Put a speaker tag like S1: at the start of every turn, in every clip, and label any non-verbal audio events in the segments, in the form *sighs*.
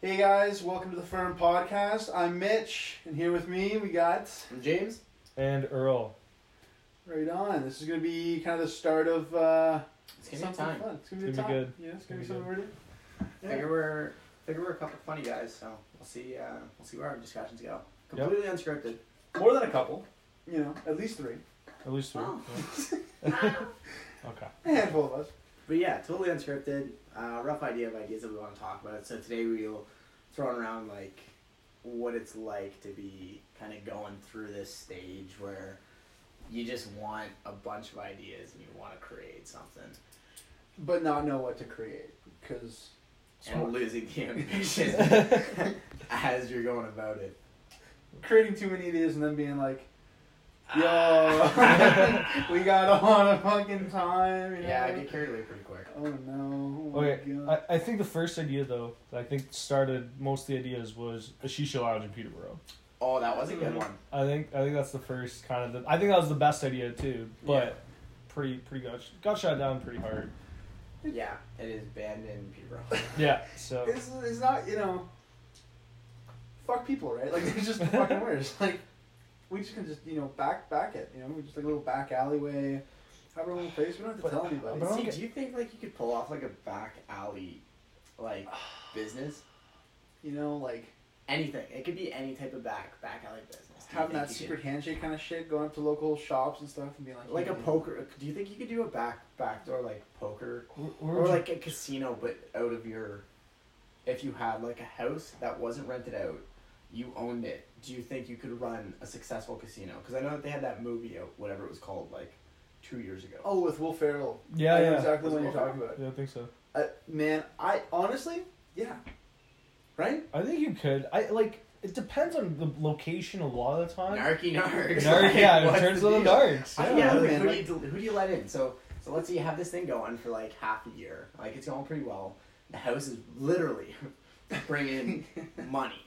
S1: Hey guys, welcome to the Firm Podcast. I'm Mitch, and here with me we got
S2: James?
S3: and Earl.
S1: right on. This is gonna be kind of the start of uh,
S2: It's gonna be
S1: something
S2: time.
S1: fun. It's gonna be,
S3: It's
S1: a
S3: gonna
S1: time.
S3: be
S1: Yeah, it's gonna be
S3: It's
S1: something
S3: gonna
S1: we're doing.
S2: Figure we're figure we're a couple funny guys, so we'll see uh, we'll see where our discussions go.
S3: Yep.
S2: Completely unscripted. More than a couple.
S1: You know, at least three,
S3: At least three.
S2: Oh.
S3: yeah. okay.
S1: a handful of us.
S2: But yeah, totally unscripted. Uh, rough idea of ideas that we want to talk about. So today we'll throw around like what it's like to be kind of going through this stage where you just want a bunch of ideas and you want to create something
S1: but not know what to create because
S2: and losing the ambition *laughs* as you're going about it.
S1: *laughs* creating too many ideas and then being like, "Yo, *laughs* we got on a fucking time." You know?
S2: Ah. Yeah, I get carried away pretty quick.
S1: Oh no. Oh
S3: Okay.
S1: My God.
S3: I, I think the first idea though, that I think started most of the ideas was a shisha lounge in Peterborough.
S2: Oh, that was a
S1: Mm-hmm.
S2: good one.
S3: I think I think that's the first kind of the I think that was the best idea too, but pretty pretty got got shot down pretty hard.
S2: Yeah, it is banned in Peterborough.
S3: Yeah. So
S1: it's, it's not you know. Fuck people, right? Like *laughs* they're just the fucking worse. Like we just can just you know back back it. You know, we just like a little back alleyway. However, we face, we don't have to
S3: But-
S1: tell anybody.
S3: but- I don't
S2: See,
S3: get-
S2: do you think like you could pull off like a back alley,
S1: *sighs*
S2: like business?
S1: you know, like
S2: Anything. It could be any type of back back alley business. Do you
S1: having
S2: think
S1: that
S2: you
S1: secret handshake kind of shit, going up to local shops and stuff, and being like,
S2: could- *laughs* like a
S1: "Hey,
S2: poker. Do you think you could do a back backdoor like poker
S3: where, where
S2: or
S3: would
S2: like a casino, but out of your? If you had like a house that wasn't rented out, you owned it. Do you think you could run a successful casino? Because I know that they had that movie out, whatever it was called, like two years ago.
S1: Oh, with Will Ferrell.
S3: you, yeah
S1: I know
S3: yeah.
S1: exactly
S2: With
S1: what you're
S2: Will
S1: talking about.
S3: yeah. I think so.
S1: Uh, man, I honestly, yeah, right.
S3: I think you could. I like it depends on the location a lot of the time.
S2: Narky narcs.
S3: Narc, yeah,
S2: What's
S3: it turns
S2: the
S3: little
S2: deal?
S3: narcs.
S2: I
S1: Yeah,
S2: yeah,
S1: man,
S2: like, who,
S1: like-
S2: do you, who do you let in? So so let's say you have this thing going for like half a year. Like it's going pretty well. The house is literally *laughs* bringing *laughs* money,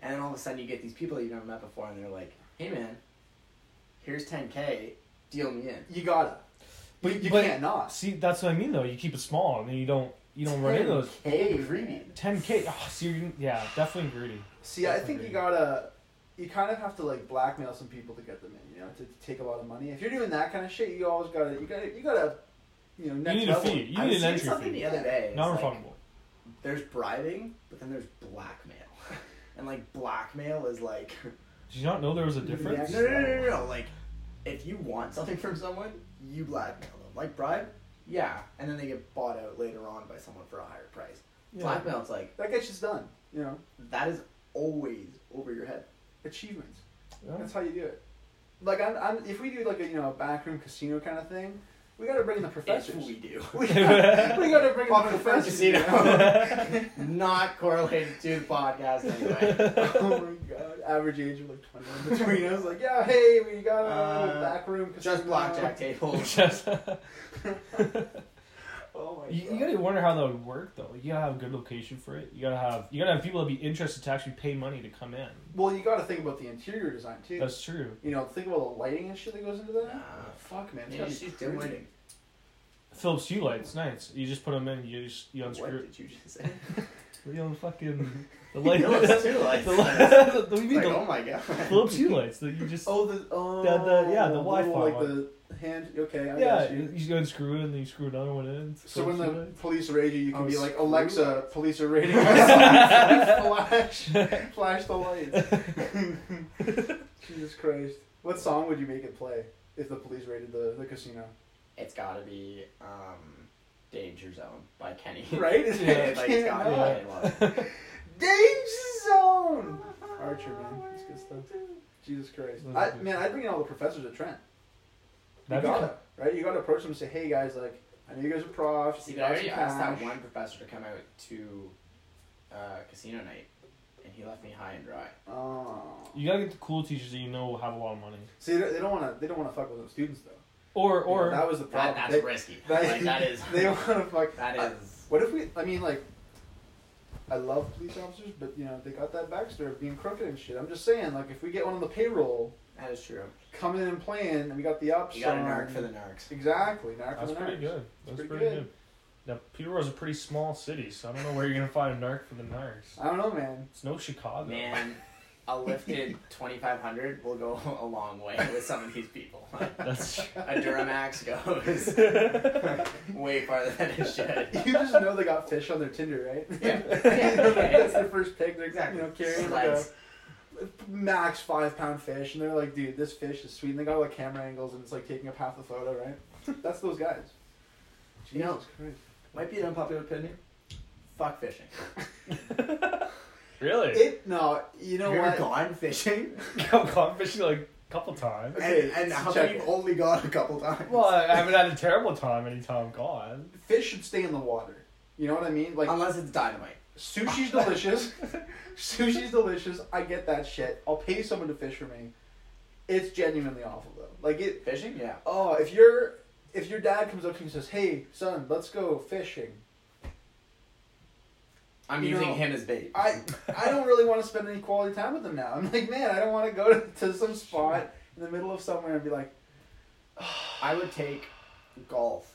S2: and then all of a sudden you get these people that you've never met before, and they're like, "Hey man, here's 10k, deal me in."
S1: You gotta.
S3: But-
S1: you, you
S3: but-
S1: can't not.
S3: See, that's what I mean though. You keep it small, and then you don't you don't run into those.
S2: Hey,
S1: Hey,
S2: greedy.
S3: Ten k. Oh, so you're, yeah, definitely greedy.
S1: See, I think you gotta. You kind of have to like blackmail some people to get them in. You know, to, to take a lot of money. If you're doing that kind of shit, you always gotta. You gotta. You gotta. You know, next
S3: you need a
S1: level.
S3: fee. You
S2: I was
S3: need an
S2: seeing
S3: entry
S2: something
S3: fee.
S2: the other day. It's like,
S3: Non-refundable.
S2: there's bribing, but then there's blackmail, *laughs* and like blackmail is like. *laughs*
S3: Did you not know there was a
S1: Yeah.
S3: difference?
S2: No, no, no, no, no, no. Like, if you want something from someone, you blackmail them. Like bribe, yeah, and then they get bought out later on by someone for a higher price.
S3: Yeah.
S2: Blackmail, it's like
S1: That gets just done. You know,
S2: that is always over your head.
S1: achievements.
S3: Yeah.
S1: That's how you do it. Like, I'm, I'm, if we do like a you know a backroom casino kind of thing, we gotta bring the
S2: That's
S1: professors.
S2: what we
S3: *laughs*
S2: do.
S1: *laughs* we, gotta, we gotta bring
S2: Fuck
S1: the
S2: the
S1: professors.
S2: casino.
S1: you know?
S2: *laughs* Not correlated to the podcast
S3: *laughs*
S2: anyway.
S1: oh my god. Average age of like 21 between us. Like, yeah, hey, we got a
S2: Uh,
S1: back room.
S2: Just blackjack
S3: *laughs*
S2: tables.
S3: Just-
S1: Oh my
S3: you, you gotta wonder how that would work though. You gotta have a good location for it. You gotta have you gotta have people that be interested to actually pay money to come in.
S1: well, you gotta think about the interior design too.
S3: That's true.
S1: you know, think about the lighting and shit that goes into that.
S2: Nah.
S1: Fuck, man. it's
S2: Yeah,
S1: gotta
S2: she's
S1: be
S2: doing
S1: crazy.
S2: it.
S3: Phillips Hue lights, nice. You just put them in. You just you
S2: What
S3: unscrew. it.
S2: did you just say?
S3: You know, fucking *laughs* the
S2: *laughs*
S3: light.
S2: No, it's two lights.
S3: *laughs* the light. we
S2: It's
S3: mean
S2: like,
S3: the
S2: oh my god.
S3: Phillips Hue lights that you just.
S1: Oh, the, oh,
S3: The- the- yeah, the
S1: little,
S3: Wi-Fi
S1: Like
S3: one.
S1: the hand. Okay, I
S3: yeah,
S1: got you.
S3: you, you unscrew it and then you screw another one in.
S1: So when
S3: Phillips Hue
S1: the
S3: lights.
S1: police raid you, you can
S2: Oh,
S1: be like,
S2: screw
S1: Alexa, police are
S3: *laughs*
S1: raiding us. flash, flash the
S3: *laughs*
S1: lights. Jesus Christ. What song would you make it play if the police raided the, the
S2: *laughs*
S1: casino?
S2: It's gotta be um, Danger Zone by Kenny.
S1: *laughs*
S2: *laughs*
S1: Right?
S3: Yeah,
S2: like, it's gotta be
S1: Cannot.
S2: Kenny Loggins.
S1: Danger Zone! Archer, man. It's good stuff. Jesus Christ.
S3: Those are
S1: I,
S3: good
S1: man,
S3: stuff.
S1: I'd bring in all the professors at Trent. You
S3: That'd be
S1: gotta, right? You gotta approach them and say, hey guys, like, I know you guys are profs.
S2: See,
S1: you
S2: but I
S1: got
S2: already
S1: some
S2: asked that
S1: cash."
S2: one professor to come out to uh, casino night, and he left me high and dry.
S1: Oh.
S3: You gotta get the cool teachers that you know have a lot of money.
S1: See, they they don't want to. They don't want to fuck with those students though.
S3: Or
S1: You know,
S3: or
S1: that was the problem.
S2: That, that's
S1: They-
S2: risky.
S1: that-
S2: like, that is.
S1: *laughs* They want to fuck.
S2: *laughs* that
S1: I-
S2: is.
S1: what if we? I mean, like, I love police officers, but you know they got that backstory of being crooked and shit. I'm just saying, like, if we get one on the payroll
S2: That is true.
S1: coming in and playing, and we got the ups.
S2: You got a
S1: on-
S2: narc for the narcs.
S1: Exactly, narc for
S3: that's
S1: the
S3: pretty
S1: narcs.
S3: good. That's
S1: pretty
S3: pretty good.
S1: good.
S3: Now, Peterborough's a pretty small city, so I don't know where you're gonna find a narc for the narcs.
S1: I don't know, man.
S3: It's no
S1: *laughs*
S3: Chicago.
S2: Man, a lifted 2500 will go a long way with some of these people. *laughs*
S3: *laughs* That's
S2: A Duramax goes
S1: *laughs*
S2: way farther than it should.
S1: You just know they got fish on their Tinder, right? *laughs*
S2: Yeah.
S1: That's their first pick. They're
S2: Exactly.
S1: you know carrying like a
S2: Sleds.
S1: max five pound fish, and they're like, dude, this fish is sweet. And they got all the camera angles, and it's like taking up half the photo, right? *laughs* That's those guys. Jesus
S2: You know-
S1: Christ.
S2: Might be an unpopular opinion. Fuck fishing.
S3: really.
S1: It no, you know
S2: Have you ever
S1: what? *laughs*
S2: gone fishing?
S3: I've gone fishing like a couple times.
S1: Okay,
S2: and and
S1: so
S2: how
S1: check
S2: come you've
S1: it. uh,
S2: only gone a couple times?
S3: Well, I haven't had a terrible time anytime I've gone.
S1: Fish should stay in the water. You know what I mean? Like
S2: Unless it's dynamite.
S1: sushi's delicious. sushi's delicious. I get that shit. I'll pay someone to fish for me. It's genuinely awful though. Like it.
S2: Fishing? Yeah.
S1: Oh, if your if your dad comes up to you and says, "Hey, son, let's go fishing,"
S2: I'm
S1: You
S2: using
S1: know,
S2: him as bait.
S1: I I don't really want to spend any quality time with them now. I'm like, man, I don't want to go *laughs* to, to some spot in the middle of somewhere and be like,
S2: I would take golf.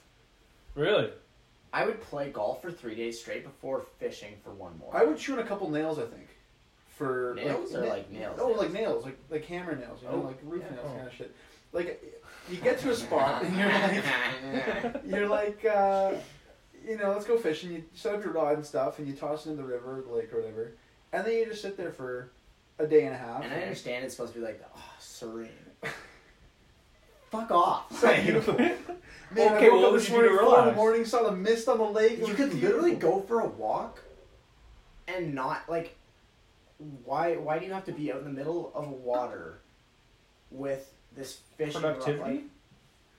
S3: Really? *laughs*
S2: I would play golf for three days straight before fishing for one more.
S1: I would chew in a couple nails, I think. For
S2: Nails or,
S1: na-
S2: like, nails,
S1: Oh,
S2: nails?
S1: like nails, like like hammer nails, you know,
S2: Oh,
S1: like roof
S2: yeah.
S1: nails
S3: Oh.
S1: kind of shit. Like you get to a spot
S2: *laughs*
S1: and you're like you're like *laughs* uh, you know, let's go fishing, you set up your rod and stuff and you toss it in the river or the lake or whatever. And then you just sit there for a day and a half.
S2: and I understand it's supposed to be like, oh,
S1: *laughs*
S2: serene. Fuck off.
S1: So beautiful. Man,
S3: Okay,
S1: I woke
S3: well,
S1: up
S3: what
S1: this
S3: would
S1: morning, four
S3: you do to
S1: in the
S3: relax?
S1: morning, saw the mist on the lake. it
S2: you
S1: was
S2: could
S1: beautiful.
S2: literally go for a walk and not like why why do you have to be out in the middle of water with this fishing rod,
S3: Productivity?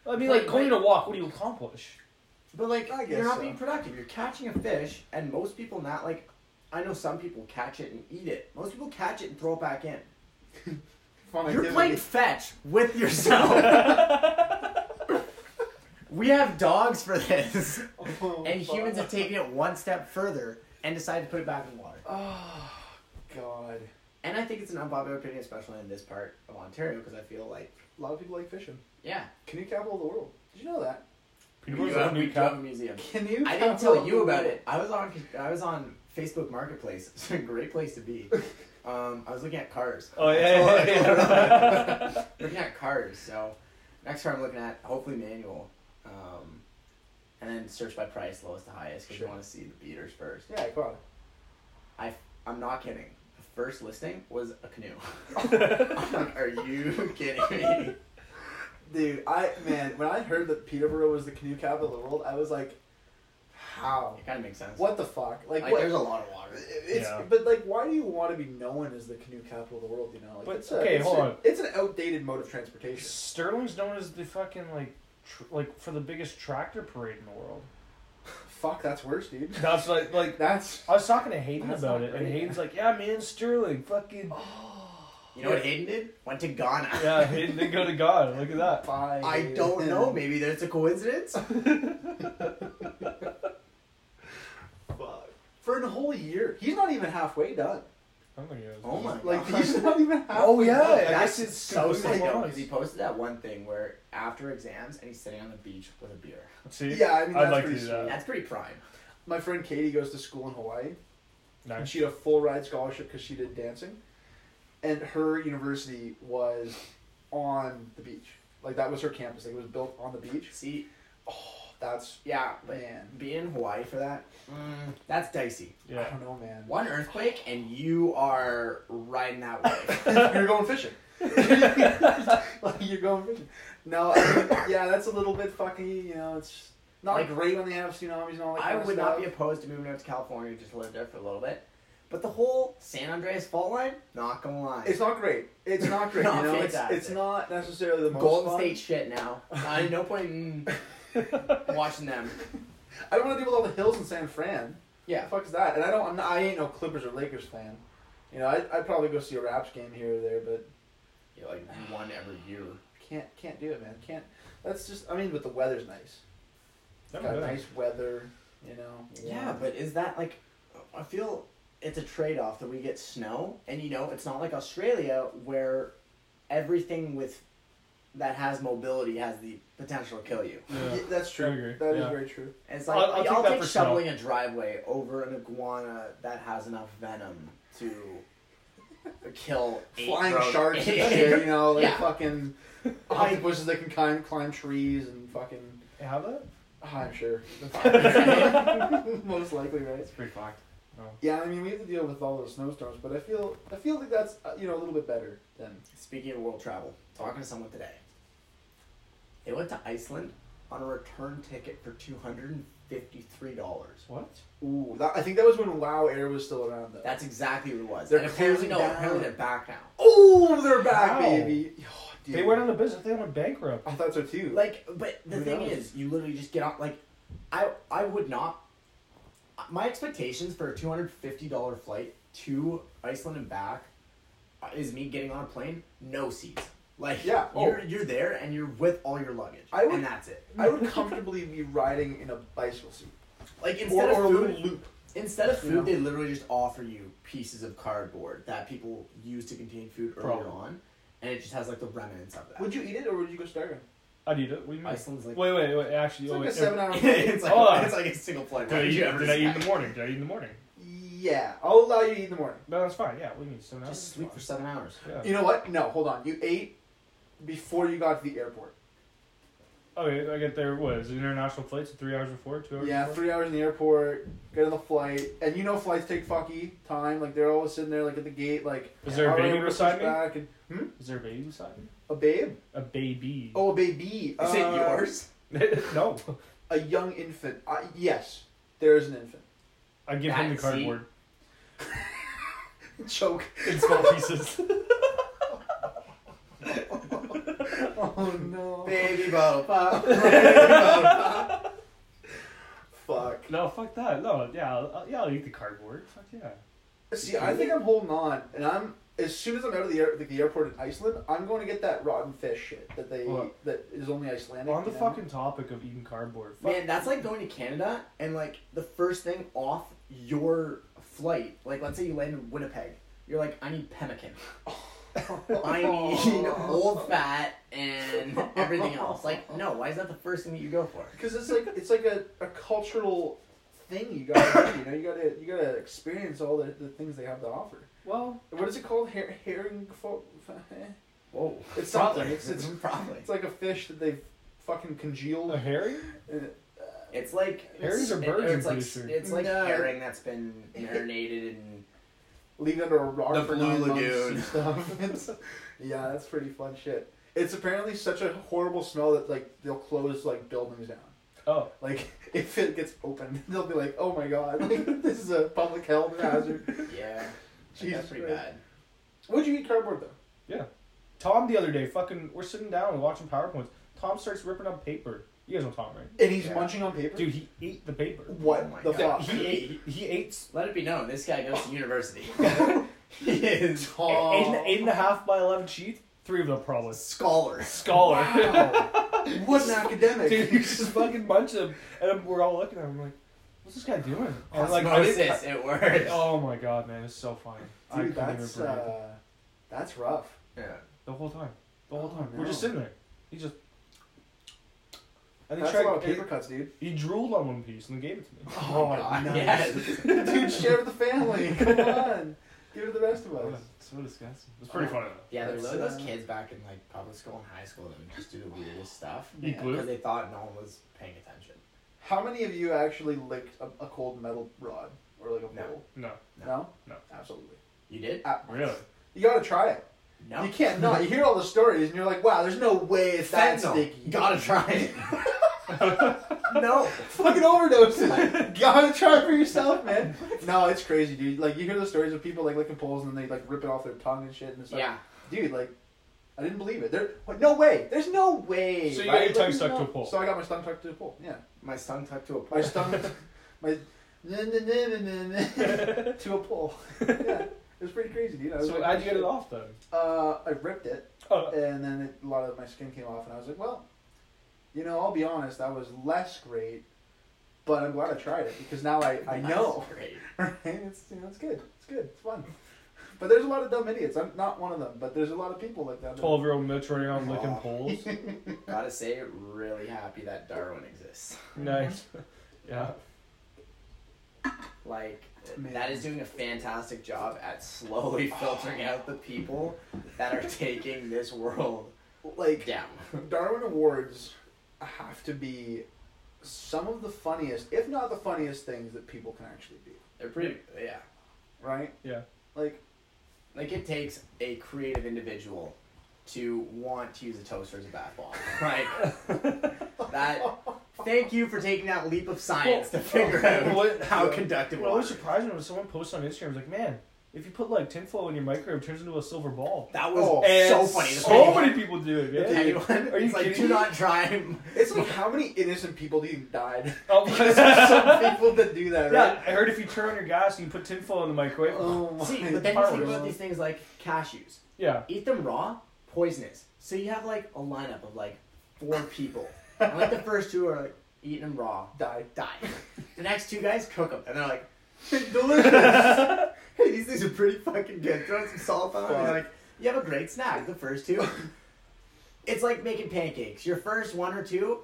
S2: like-
S3: I mean, like going to walk. What do you *laughs* accomplish?
S2: but like
S1: I guess
S2: you're not
S1: so.
S2: being productive. You're catching a fish and most people not like I know some people catch it and eat it. Most people catch it and throw it back in.
S1: Fun
S2: You're
S1: activity.
S2: playing fetch with
S1: *laughs*
S2: yourself. we have dogs for this.
S1: *laughs* Oh,
S2: And
S1: fuck.
S2: humans have taken it one step further and decided to put it back in water.
S1: Oh *sighs* God.
S2: And I think it's an unpopular opinion, especially in this part of Ontario, because I feel like
S1: A lot of people like fishing.
S2: yeah,
S1: Canoe capital of the world. Did you know that?
S2: we
S3: Peterborough's
S2: do have,
S3: a
S2: we
S3: new
S2: do have a
S3: cap.
S2: museum.
S1: Canoe.
S2: I
S1: capital
S2: didn't tell
S1: of
S2: you
S1: the
S2: about
S1: world.
S2: it. I was on I was on Facebook Marketplace. *laughs* It's a great place to be. Um, I was looking at cars.
S3: Oh yeah, yeah, yeah, yeah.
S2: *laughs* looking
S3: *laughs*
S2: at cars. So next car I'm looking at, hopefully manual, um, and then search by price, lowest to highest, because
S1: Sure.
S2: you want to see the beaters first.
S1: Yeah, go on.
S2: I I'm not kidding. The first listing was a canoe. *laughs*
S3: *laughs*
S2: I'm like, Are you kidding me?
S1: Dude, I man, when I heard that Peterborough was the canoe capital of the world, I was like, how?
S2: It kind of makes sense.
S1: What the fuck? Like,
S2: Like,
S1: what?
S2: there's a lot of water.
S1: It's
S3: Yeah.
S1: but like, why do you want to be known as the canoe capital of the world? You know, like,
S3: But,
S1: it's a,
S3: okay,
S1: it's
S3: hold
S1: a-
S3: on.
S1: It's an outdated mode of transportation.
S3: Sterling's known as the fucking like, tr- like for the biggest tractor parade in the world.
S1: Fuck, that's worse, dude.
S3: That's like, like
S1: That's
S3: I was talking to Hayden
S1: That's
S3: about
S1: not
S3: it, and
S1: great. Oh.
S3: Hayden's like, "Yeah, man, Sterling, fucking
S2: You know what Hayden did? Went to Ghana.
S3: yeah, Hayden didn't go to God. Look
S1: *laughs*
S3: at that."
S1: by.
S2: I don't know. Maybe that's a coincidence.
S1: Fuck. For a whole year, he's not even halfway done.
S3: I'm gonna go.
S2: *laughs* Oh my
S1: Like
S2: god. *laughs*
S1: he's not even halfway.
S3: *laughs* Oh, yeah.
S1: done.
S3: I
S2: That's
S3: guess it's
S2: so
S3: completely
S2: sick though,
S3: lost.
S2: because he posted that one thing where after exams and he's sitting on the beach with a beer.
S3: See,
S1: Yeah, I mean,
S3: I'd
S1: that's
S3: like to
S1: pretty
S3: do that.
S2: That's pretty prime.
S1: My friend Katie goes to school in Hawaii, and
S3: Nice.
S1: she had a full ride scholarship because she did dancing, and her university was on the beach. Like that was her campus. Like, it was built on the beach.
S2: See,
S1: That's
S2: yeah, but
S1: Man.
S2: being in Hawaii for that, mm, that's dicey.
S1: I *laughs*
S3: Yeah.
S1: don't know, man.
S2: One earthquake and you are riding that wave.
S1: *laughs* you're going
S2: *laughs*
S1: fishing. like you're going fishing. No, I mean, yeah, that's a little bit fucking. You know, it's not
S2: Like-
S1: great when they have tsunamis and all that.
S2: I
S1: kind of
S2: would not
S1: stuff.
S2: be opposed to moving out to California, just live there for a little bit. But the whole San Andreas fault line, not gonna lie.
S1: It's not great. It's not great.
S2: Not
S1: you know, it's,
S2: fantastic.
S1: it's not necessarily the most
S2: Golden
S1: fun.
S2: State shit *laughs* now. I no point in watching them.
S1: I don't want to deal with all the hills in San Fran.
S2: Yeah.
S1: The fuck is that? And I don't. I'm not, I ain't no Clippers or Lakers fan. You know, I I'd probably go see a Raps game here or there, but
S2: Yeah, like one every year.
S1: can't can't do it, man. Can't. That's just. I mean, but the weather's nice.
S3: That
S1: Got
S3: was nice.
S1: nice weather. You know.
S2: Yeah, but is that like? I feel it's a trade off that we get snow, and you know, it's not like Australia where everything with that has mobility has the potential to kill you.
S3: Yeah.
S1: Yeah, that's true.
S3: I
S1: That
S3: agree,
S1: is
S3: yeah.
S1: very true.
S2: And it's like
S3: I'll- I'll
S2: I'll,
S3: take that
S2: take,
S3: for snow.
S2: shoveling a driveway over an iguana that has enough venom to kill eight
S1: Flying
S2: grown- *laughs*
S1: sharks and shit, you know, like
S2: Yeah. *laughs*
S1: fucking octopuses that can climb climb trees and fucking.
S3: They have that?
S1: Oh, I'm sure.
S2: *laughs*
S1: *laughs* Most likely, right?
S4: It's pretty fucked.
S1: Yeah, I mean, we have to deal with all those snowstorms, but I feel I feel like that's uh, you know a little bit better than
S2: Speaking of world travel, talking to someone today. They went to Iceland on a return ticket for two hundred and fifty-three dollars.
S3: What?
S1: Ooh, that, I think that was when Wow Air was still around though.
S2: That's exactly what it was.
S1: They're
S2: and apparently,
S1: closing
S2: no, apparently
S1: down.
S2: they're back now.
S1: oh, they're back,
S3: How?
S1: baby. Oh, dude.
S3: They went out of business. They went bankrupt.
S1: I thought so too.
S2: Like, but the
S1: Who
S2: thing
S1: knows?
S2: is, you literally just get on. Like, I I would not. My expectations for a two hundred fifty dollar flight to Iceland and back uh, is me getting on a plane, no seats. Like,
S1: Yeah.
S2: you're you're there and you're with all your luggage,
S1: I would-
S2: and that's it.
S1: I
S2: *laughs*
S1: would comfortably be riding in a bicycle seat
S2: Like
S1: or,
S2: instead
S1: or a
S2: of food,
S1: little loop.
S2: instead of food,
S1: Yeah.
S2: they literally just offer you pieces of cardboard that people use to contain food earlier
S3: Probably.
S2: on, and it just has like the remnants of that.
S1: Would you eat it or would you go starving?
S3: I need it. What do you mean?
S2: Iceland's like
S3: Wait, wait, wait. Actually,
S1: It's
S3: oh,
S1: like a
S3: wait.
S1: seven-hour flight.
S2: *laughs* it's like
S3: Hold on.
S2: it's like a single flight.
S3: Did I,
S2: Why
S3: eat,
S2: you ever
S3: did
S2: *laughs*
S3: I eat in
S2: snack?
S3: the morning? Did I eat in the morning?
S1: *laughs* Yeah, I'll allow you to eat in the morning.
S3: No, that's fine. Yeah, we need seven hours.
S2: Just sleep for seven hours.
S3: Yeah.
S1: You know what? No, hold on. You ate before you got to the airport.
S3: Okay, I get there. What is it? International flights? Three hours before? Two hours?
S1: Yeah,
S3: Before?
S1: three hours in the airport. Get on the flight, and you know flights take fucky time. Like they're always sitting there, like at the gate, like.
S3: Is there a
S1: "All
S3: baby
S1: we're gonna push
S3: beside me?
S1: back," and-
S3: Is there a baby beside me?
S1: a babe?
S3: A baby.
S1: Oh, a baby.
S2: Is
S1: Uh,
S2: it yours?
S3: *laughs* no.
S1: A young infant. Uh, yes, there is an infant. *laughs*
S3: I give him
S2: Back
S3: the
S2: seat.
S3: cardboard
S1: Choke.
S3: in small pieces. *laughs*
S1: Oh no. *laughs*
S2: Baby Bo.
S3: *laughs*
S1: Fuck.
S3: no, fuck that. No, yeah, I'll, I'll- yeah, I'll eat the cardboard. Fuck yeah.
S1: See, I think I'm holding on, and I'm as soon as I'm out of the air, like the airport in Iceland, I'm going to get that rotten fish shit that they
S3: What?
S1: that is only Icelandic.
S3: On the
S1: you know?
S3: fucking topic of eating cardboard. Fuck.
S2: Man, that's like going to Canada and like the first thing off your flight, like let's say you land in Winnipeg, you're like, I need
S1: *laughs*
S2: pemmican. I need old fat and everything else. Like, no, why is that the first thing that you go for?
S1: because it's like it's like a, a cultural thing you gotta do, you know you gotta you gotta experience all the, the things they have to offer.
S3: Well,
S1: What is it called? Her- herring? Fo- *laughs*
S2: Whoa.
S1: It's
S2: Probably.
S1: something. It's- *laughs* it's-
S2: probably.
S1: it's like a fish that they've fucking
S3: a
S1: congealed.
S3: herring?
S1: and-
S2: It's like
S3: Herrings are
S2: it's- It's
S3: birds, I'm
S2: like
S3: pretty sure.
S2: it's like
S1: No.
S2: herring that's been marinated and
S1: leave it under a rock
S2: The
S1: for
S2: Blue
S1: nine months
S2: Lagoon. *laughs*
S1: and stuff. *laughs* It's- yeah, that's pretty fun shit. It's apparently such a horrible smell that like they'll close like buildings down.
S3: Oh.
S1: Like *laughs* if it gets opened, *laughs* they'll be like, "Oh my god, *laughs* like, this is a public health hazard."
S2: *laughs* yeah,
S1: Jesus
S2: that's pretty
S1: Christ.
S2: bad.
S1: Would you eat cardboard though?
S3: Tom the other day, fucking, we're sitting down and watching PowerPoints. Tom starts ripping up paper. You guys know Tom, right?
S1: And he's
S2: Yeah.
S1: munching on paper.
S3: Dude, he ate the paper.
S1: what
S2: Oh my
S1: the
S2: God.
S1: fuck?
S3: He ate. He ate
S2: Let it be known, this guy goes to
S1: *laughs*
S2: university. *laughs* he is
S1: Tom.
S3: Eight, eight and a half by eleven sheets. Three of them
S2: a
S3: probably.
S2: scholar.
S3: Scholar.
S1: Wow. what an academic! *laughs*
S3: Dude, you just fucking bunch them, and we're all looking at him like, "What's this guy doing?" And Oh, like, I didn't-
S2: Osmosis, it works.
S3: oh my god, man, it's so funny. I
S1: Dude,
S3: couldn't even
S1: that's
S3: breathe.
S1: uh, that's rough.
S2: Yeah.
S3: the whole time, the whole
S1: Oh,
S3: time.
S1: no.
S3: We're just sitting there. He just. And he
S1: That's a lot
S3: tried.
S1: of paper cuts, dude.
S3: He, he drooled on one piece and then gave it to me.
S1: Oh, my
S2: God,
S1: nice.
S2: yes. *laughs*
S1: Dude, share with the
S3: *laughs*
S1: family. Come on. Give it to the rest of us.
S3: so disgusting. It's pretty
S2: Oh.
S3: funny though.
S2: Yeah, there's
S1: That's,
S2: those
S1: uh,
S2: kids back in like public school and high school that would just do the weirdest stuff
S3: Eat
S1: Yeah.
S3: glue.
S2: because they thought no one was paying attention.
S1: How many of you actually licked a, a cold metal rod or like a
S2: No.
S1: pole?
S3: No,
S1: No.
S2: No.
S1: No?
S3: No.
S1: Absolutely.
S2: You did?
S1: Uh,
S3: really. *laughs*
S1: You gotta try it.
S2: No.
S1: You can't not. You hear all the stories and you're like, wow, there's no way it's that sticky.
S2: Fentanyl. Gotta try it.
S3: *laughs*
S2: no.
S1: Fucking overdoses. *laughs* gotta try it for yourself, man. no, it's crazy, dude. Like, you hear the stories of people like licking poles and then they like rip it off their tongue and shit. And it's like,
S2: *laughs* Yeah.
S1: dude, like, I didn't believe it. There, what- no way. There's no way.
S3: So you got your
S1: Like,
S3: tongue
S1: there's
S3: stuck
S1: no-
S3: to a pole.
S1: So I got my tongue stuck to a pole, yeah.
S2: My son tucked to a
S1: My
S3: *laughs*
S1: stomach, my
S3: *laughs*
S1: to a pole. yeah, it was pretty crazy, dude. I was
S3: So
S1: like,
S3: how'd you get it
S1: "Shit."
S3: off then?
S1: Uh, I ripped it,
S3: Oh,
S1: and then it, a lot of my skin came off, and I was like, well, you know, I'll be honest, that was less great, but I'm glad I tried it because now I, I know. *laughs*
S2: That's great.
S1: Right? It's you know, it's good. It's good. It's fun. But there's a lot of dumb idiots. I'm not one of them, but there's a lot of people like that.
S3: Twelve year old Mitch running around licking
S2: Aw.
S3: poles.
S2: Gotta say, really happy that Darwin exists.
S3: nice. *laughs* Yeah.
S2: Like,
S1: Man.
S2: that is doing a fantastic job at slowly *laughs* filtering out the people that are taking this world
S1: Like
S2: down.
S1: Darwin Awards have to be some of the funniest, if not the funniest things that people can actually do.
S2: They're pretty, yeah.
S1: Right?
S3: Yeah.
S1: Like
S2: Like, it takes a creative individual to want to use a toaster as a bath bomb. *laughs* Like, that. Thank you for taking that leap of science to figure out
S3: What-
S2: how
S1: yeah.
S2: conductive
S3: What I was
S2: water.
S3: surprised when someone posted on Instagram, was like, man, if you put like tinfoil in your microwave, it turns into a silver ball.
S2: That was
S1: Oh,
S2: so
S3: And
S2: funny. The
S3: So
S2: fact
S3: many people do it,
S2: that
S3: man.
S2: Anyone,
S3: Are
S2: *laughs*
S3: you
S2: it's like,
S3: kidding
S2: do
S3: me?
S2: not try.
S1: it's like how many innocent people do you think died?
S3: *laughs*
S1: *laughs*
S2: *laughs*
S3: Oh,
S1: Because there's some people that do that,
S3: yeah,
S1: right?
S3: I heard if you turn on your gas and you put tinfoil in the microwave.
S1: Oh my
S2: See, but then you
S1: God.
S2: think about these things like cashews.
S3: Yeah.
S2: *laughs* Eat them raw, poisonous. So you have like a lineup of like four people. And like the first two are like, eating them raw,
S1: died.
S2: die. The next two guys cook them, and they're like, *laughs*
S1: Delicious.
S2: hey, *laughs* these things are pretty fucking good. Throw some salt on them. And you're like, you have a great snack. The
S1: *laughs*
S2: first two, it's like making pancakes. Your first one or two,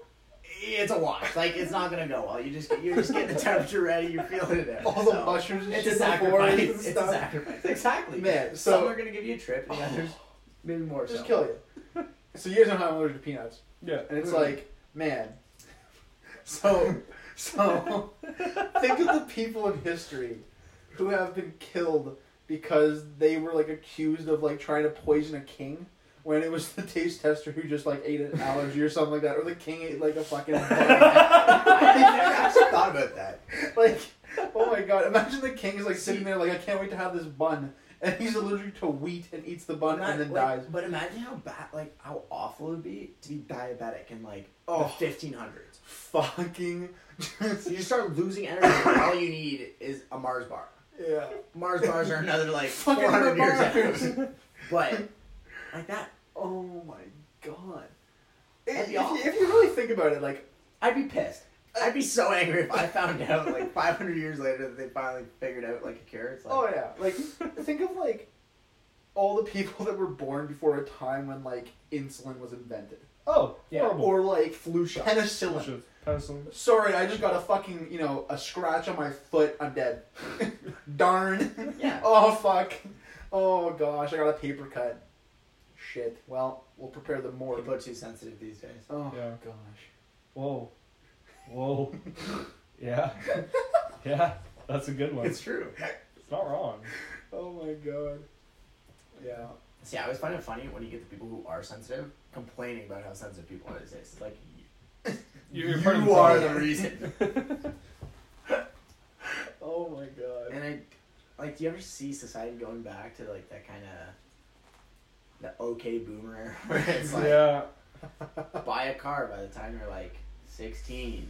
S2: it's a wash. Like it's not gonna go well. You just you're just getting the temperature ready. You're feeling it. out.
S1: All the
S2: So,
S1: mushrooms and
S2: It's
S1: shit
S2: a
S1: in the forest
S2: sacrifice.
S1: and
S2: It's a
S1: stuff.
S2: sacrifice. Exactly.
S1: Man,
S2: some
S1: so-
S2: are gonna give you a trip, and the
S1: *sighs*
S2: others maybe more.
S1: Just
S2: so.
S1: *laughs* kill you. So years on how I'm allergic to peanuts.
S3: Yeah.
S1: And it's
S2: Mm.
S1: like, man. So, so, think of the people in history who have been killed because they were like accused of like trying to poison a king when it was the taste tester who just like ate an allergy or something like that, or the king ate like a fucking *laughs* bug.
S2: I never actually thought about that.
S1: like, oh my god! Imagine the king is like sitting there like, I can't wait to have this bun, and he's allergic to wheat and eats the bun and then
S2: Like,
S1: dies.
S2: But imagine how bad, like how awful it would be to be diabetic in like
S1: Oh.
S2: the 1500s.
S1: Fucking, *laughs*
S2: You just start losing energy. and all you need is a Mars bar.
S1: yeah.
S2: Mars bars are another
S1: *laughs*
S2: like
S1: Fucking
S2: 400 years
S1: Mars.
S2: out. But like that,
S1: *laughs* Oh my god.
S2: That'd
S1: If, if
S2: be
S1: you,
S2: awful.
S1: if you really think about it, like,
S2: I'd be pissed. I'd be so angry if I found out like 500 years later that they finally figured out like a cure. It's like
S1: oh yeah, like, think of like all the people *laughs* that were born before a time when like insulin was invented,
S3: Oh,
S2: Yeah,
S3: horrible.
S1: or like
S2: flu shot.
S1: *laughs* penicillin.
S3: Bullshit. Penicillin.
S1: Sorry, I just got a fucking you know a scratch on my foot. I'm dead. *laughs* Darn. *laughs*
S2: Yeah.
S1: Oh fuck. Oh gosh, I got a paper cut. Shit. Well, we'll prepare the morgue.
S2: People are too sensitive these days.
S1: Oh
S3: Yeah.
S1: gosh.
S3: Whoa. Whoa. *laughs* yeah. Yeah. That's a good one.
S2: It's
S3: It's
S2: true.
S3: not wrong.
S1: Oh my god. Yeah.
S2: See, I always find it funny when you get the people who are sensitive complaining about how sensitive people are these days. It's like
S3: You're part of the
S2: are
S3: problem.
S2: the reason. *laughs*
S1: Oh my god.
S2: and I, like, do you ever see society going back to like that kind of the okay boomer era *laughs* where it's like
S3: yeah.
S2: buy a car by the time you're like 16.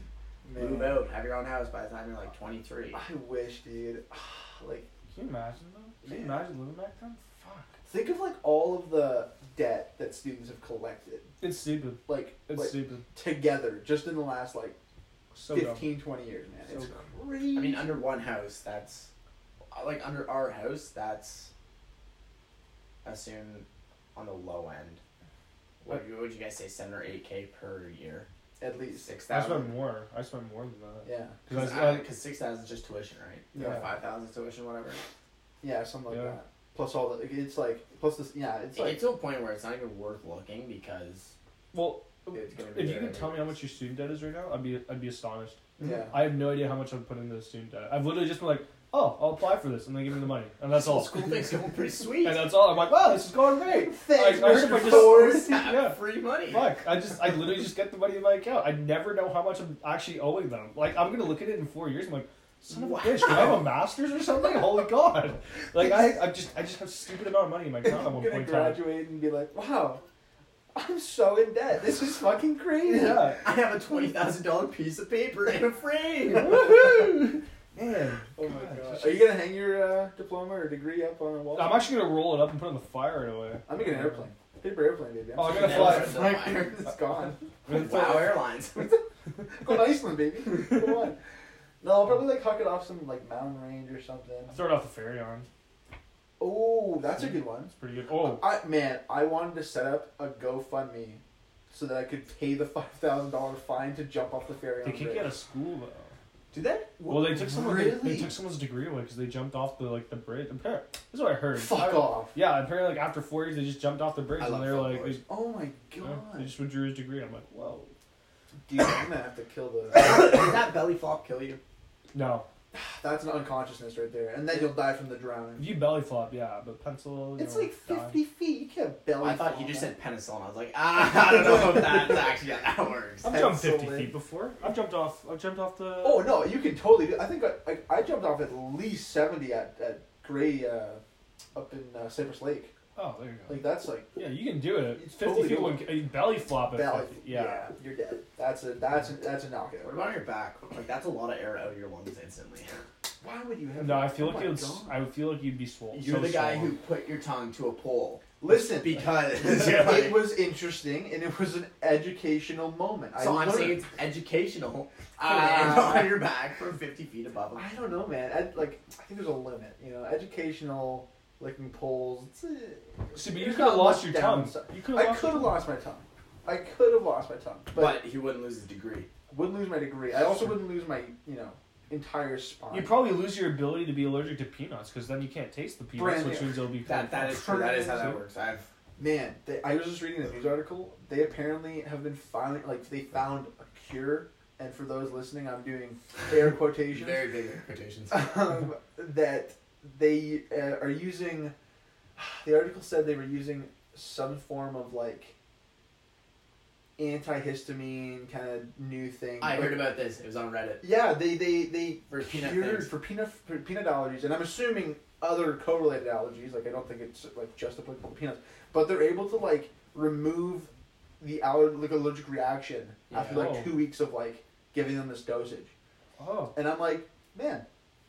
S1: Man.
S2: Move out, have your own house by the time you're like 23.
S1: I wish, dude. *sighs* like,
S3: Can you imagine though? Can you
S1: Yeah.
S3: imagine living back then? Fuck.
S1: think of like all of the debt that students have collected,
S3: It's stupid.
S1: like,
S3: It's
S1: like
S3: stupid.
S1: together, just in the last like
S3: So dumb.
S1: fifteen, twenty 15, 20 years, man.
S3: So
S1: it's
S3: dumb.
S1: crazy.
S2: I mean, under one house, that's like under our house, that's assume on the low end. What, what would you guys say, seven or eight k per year?
S1: at least.
S2: Six
S3: I
S2: thousand.
S3: spent more. I spent more than that.
S1: Yeah,
S3: Because
S2: Because six thousand is just tuition, right? Yeah.
S1: Yeah.
S2: Five thousand tuition, whatever.
S1: yeah, something like
S3: Yeah.
S1: that. Plus all the, it's like, plus this, yeah, it's
S2: It-
S1: like,
S2: it's to a point where it's not even worth looking because
S3: well,
S2: it's gonna be
S3: if you
S2: there
S3: could tell me how
S2: anyways.
S3: much your student debt is right now, I'd be I'd be astonished.
S1: yeah.
S3: I have no idea how much I've put into the student debt. I've literally just been like, oh, I'll apply for this, and they give me the money, and that's all.
S2: School thing's going pretty sweet.
S3: *laughs* and that's all. I'm like, wow, this is going great.
S1: Thanks,
S3: I- I should
S1: Mr.
S3: have just-
S1: Ford.
S2: Have
S3: yeah.
S2: Free money.
S3: Fuck! I just I literally just get the money in my account. I never know how much I'm actually owing them. Like I'm gonna look at it in four years. I'm like, son of a
S2: Wow.
S3: bitch, do I have a master's or something? Holy god! Like I I just I just have stupid amount of money in my account *laughs* at
S1: I'm
S3: one
S1: gonna
S3: point in time.
S1: graduate and be like, wow, I'm so in debt. This is fucking crazy.
S3: Yeah.
S2: I have a twenty thousand dollar piece of paper in a frame. *laughs*
S3: *laughs* Woohoo! Man.
S1: Oh my god.
S3: just-
S1: Are you gonna hang your uh, diploma or degree up on a wall?
S3: I'm actually gonna roll it up and put it in the fire right away.
S1: I'm making an airplane. Paper airplane, baby.
S3: Oh, I'm gonna
S2: fly.
S1: *laughs*
S3: *laughs*
S1: It's gone.
S3: I'm gonna throw-
S2: Wow, Airlines.
S1: Go to Iceland, baby.
S3: *laughs*
S1: Go on. No, I'll probably like huck it off some like mountain range or something.
S3: Throw it off the ferry on.
S1: Oh, that's a good one.
S3: It's pretty good. Oh,
S1: I man, I wanted to set up a GoFundMe so that I could pay the five thousand dollar fine to jump off the ferry.
S3: they
S1: on
S3: kick
S1: bridge.
S3: you out of school though.
S2: Do they?
S3: Well, they took someone. they- They,
S1: Really?
S3: took someone's degree away because they jumped off the like the bridge. Apparently, this is what I heard.
S1: Fuck
S3: I-
S1: off!
S3: Yeah, apparently, like after four years, they just jumped off the bridge
S2: I love
S3: and they're
S2: fuck
S3: like,
S2: boys.
S3: they,
S1: Oh my
S3: you
S1: god!
S3: know, they just withdrew his degree. I'm like, whoa,
S1: Dude, I'm gonna have to kill the.
S3: *coughs*
S1: *laughs*
S2: Does that belly flop kill you?
S3: no.
S1: That's an unconsciousness right there, and then you'll die from the drowning.
S3: If you belly flop, yeah, but pencil. you
S1: It's
S3: know,
S1: like
S3: die.
S1: fifty feet. You can't belly.
S2: I thought
S1: fall
S2: you just
S1: down.
S2: said penicillin. I was like, ah, *laughs* I don't know if that's actually how that works.
S3: I've jumped
S1: pencil
S3: fifty
S1: in.
S3: feet before. I've jumped off. I've jumped off the.
S1: Oh no, you can totally do. I think I, like I jumped off at least seventy at at Gray uh, up in uh, Cypress Lake.
S3: Oh, there you go.
S1: Like that's like
S3: yeah, you can do it.
S1: It's
S3: Fifty
S1: totally
S3: feet.
S1: doable.
S3: When, you belly flop at
S1: belly.
S3: 50. Yeah.
S1: you're dead. That's a that's a, that's a
S2: What
S1: knockout.
S2: about your back? Like, that's a lot of air out of your lungs instantly.
S1: Why would you have?
S3: No,
S1: that?
S3: I feel
S1: Oh
S3: like
S1: my
S3: it would.
S1: God.
S3: I would feel like you'd be swollen.
S2: You're
S3: so
S2: the guy
S3: swollen.
S2: who put your tongue to a pole
S1: Listen,
S2: *laughs*
S1: *laughs*
S2: because. you're like-
S1: it was interesting and it was an educational moment.
S2: so
S1: I
S2: I'm saying
S1: learned-
S2: it's educational.
S1: Ah.
S2: and on your back from 50 feet above.
S1: I don't know, man. I, like I think there's a limit. You know, educational licking poles. It's, uh,
S3: See, but you
S1: there's
S3: could have
S1: not
S3: lost
S1: much
S3: your tongue.
S1: downside.
S3: You could
S1: I
S3: have
S1: could have
S3: lost.
S1: lost my tongue. I could have lost my tongue, but,
S2: But he wouldn't lose his degree.
S1: wouldn't lose my degree. I also wouldn't lose my you know entire spine.
S3: You probably lose your ability to be allergic to peanuts because then you can't taste the peanuts,
S1: Brand
S3: which
S1: new.
S3: means it'll be
S2: That, that is true. That is how that works. I've
S1: man. They, I was just reading the news article. They apparently have been finally like they found a cure. And for those listening, I'm doing air quotations.
S2: very big quotations.
S1: um, that they uh, are using. The article said they were using some form of like antihistamine kind of new thing.
S2: *laughs* I
S1: But-
S2: heard about this. It was on Reddit.
S1: Yeah, they they they
S2: For peanut
S1: cured
S2: things.
S1: for peanut for peanut allergies, and I'm assuming other correlated allergies. Like I don't think it's like just applicable to peanuts, but they're able to like remove the aller- like allergic reaction after
S3: Yeah.
S1: like
S3: Oh.
S1: two weeks of like giving them this dosage.
S3: Oh,
S1: And I'm like, man,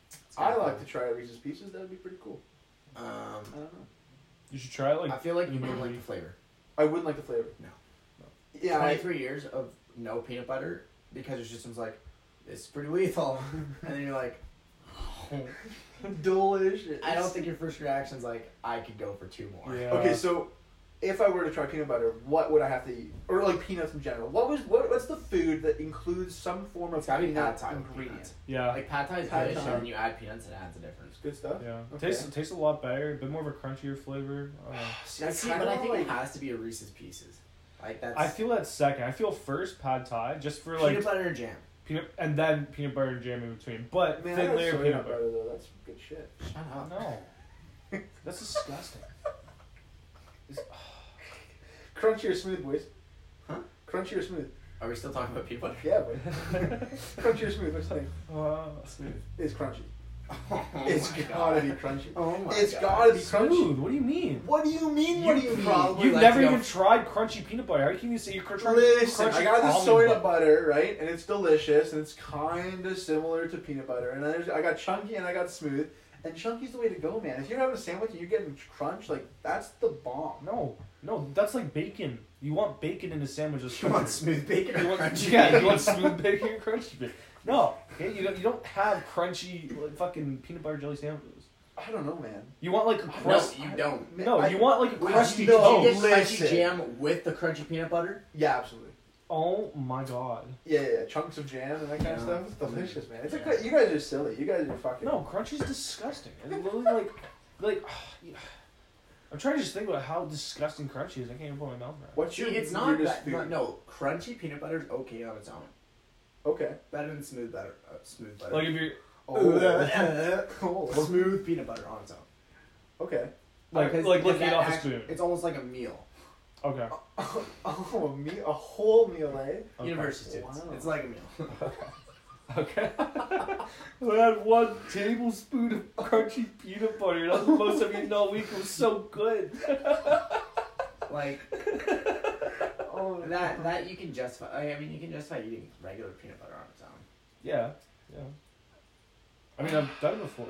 S2: It's
S1: I
S2: kinda
S1: like to
S2: cool.
S1: try Reese's Pieces. That would be pretty cool.
S2: Um,
S1: I don't know.
S3: you should try it
S2: I
S3: like
S2: feel like you
S3: Mm.
S2: don't like the flavor.
S1: I wouldn't like the flavor.
S2: No. No.
S1: Yeah. I,
S2: 23 years of no peanut butter because your system's like, it's pretty lethal. *laughs* and then you're like, oh.
S1: *laughs* delicious.
S2: I don't think your first reaction's like, I could go for two more.
S3: yeah.
S1: Okay, so if I were to try peanut butter, what would I have to eat? Or like peanuts in general. What was what, what's the food that includes some form of
S2: It's gotta be pad
S1: peanut
S2: thai with
S1: ingredient?
S2: peanuts.
S3: yeah,
S2: Like pad thai is
S1: Pad
S2: British,
S1: thai.
S2: and when you add peanuts, it adds a difference.
S1: It's good stuff.
S3: yeah.
S1: Okay.
S3: Tastes tastes a lot better. A bit more of a crunchier flavor. Oh. I don't know.
S1: See, I
S2: See,
S1: kinda
S2: but I think
S1: like,
S2: it has to be a Reese's Pieces. Like that's
S3: I feel that second. I feel first pad thai just for
S2: peanut
S3: like
S2: butter and jam.
S3: peanut and then peanut butter and jam in between, but
S1: man, I
S3: thin
S1: like
S3: layer
S1: soy
S3: peanut butter.
S1: though. That's good shit.
S2: Shut up.
S3: No, *laughs* that's disgusting.
S1: *laughs* Crunchy or smooth, boys?
S2: Huh?
S1: Crunchy or smooth?
S2: Are we still talking about peanut butter?
S1: Yeah,
S3: *laughs*
S1: boys. crunchy or smooth? What's the thing?
S3: Uh,
S2: Smooth.
S1: It's crunchy.
S2: *laughs* Oh
S1: It's
S2: my
S1: gotta
S2: God.
S1: be crunchy.
S2: Oh my
S1: It's
S2: God.
S1: gotta be crunchy.
S3: smooth. What do you mean?
S1: What do you mean? what do you mean?
S2: probably
S3: You've
S2: like
S3: never
S2: to go-
S3: even tried crunchy peanut butter. How can you say you're cr- trying
S1: Listen,
S3: crunchy
S1: I got the
S3: almond
S1: soy
S3: butter?
S1: butter, right? And it's delicious, and it's kind of similar to peanut butter. And then there's, I got chunky and I got smooth. And chunky's the way to go, man. If you're having a sandwich and you're getting crunch, like, that's the bomb.
S3: No, no, that's like bacon. You want bacon in a sandwich. that's
S2: You
S3: *laughs*
S2: want
S3: crunchy.
S2: smooth bacon
S3: You
S2: or
S3: want,
S2: crunchy
S3: yeah,
S2: bacon?
S3: you
S2: *laughs*
S3: want smooth bacon or crunchy bacon. No, okay, you don't, you don't have crunchy like, fucking peanut butter jelly sandwiches.
S1: I don't know, man.
S3: You want like a
S2: No,
S3: crust.
S2: you don't.
S1: Man,
S3: No,
S1: I-
S3: you want like a
S1: Wait,
S3: crusty
S1: no.
S2: Did
S3: dough.
S2: you get crunchy
S1: listen.
S2: jam with the crunchy peanut butter?
S1: Yeah, absolutely.
S3: Oh my god.
S1: Yeah, yeah, yeah. Chunks of jam and that kind of
S2: Yeah.
S1: stuff. It's delicious, man. It's
S2: Yeah.
S1: a, you guys are silly. You guys are fucking.
S3: No, crunchy's disgusting. It's literally like, like, *sighs* yeah. I'm trying to just think about how disgusting crunchy is. I can't even put my mouth around. it.
S1: What's
S2: See,
S1: your
S2: it's not
S1: weirdest
S2: that.
S1: food?
S2: No, no, crunchy peanut butter is okay on its own. *laughs*
S1: Okay.
S2: Better than smooth butter. Uh, smooth butter.
S3: Like if you're
S1: Oh. *laughs*
S2: Oh. smooth peanut butter on its own.
S1: okay.
S3: like
S2: Because-
S3: like
S2: because
S3: licking it
S2: that
S3: off a
S2: act-
S3: spoon.
S2: It's almost like a meal.
S3: Okay.
S1: Oh, a, me- a whole meal, eh?
S3: Okay.
S2: University students.
S1: Wow.
S2: It's like a meal.
S3: Okay. *laughs* I had one tablespoon of crunchy peanut butter. That was the most I've eaten all week. It was so good.
S2: like
S1: Oh,
S2: that that you can justify I mean you can justify eating regular peanut butter on its own.
S3: Yeah, yeah. I mean, I've done it before.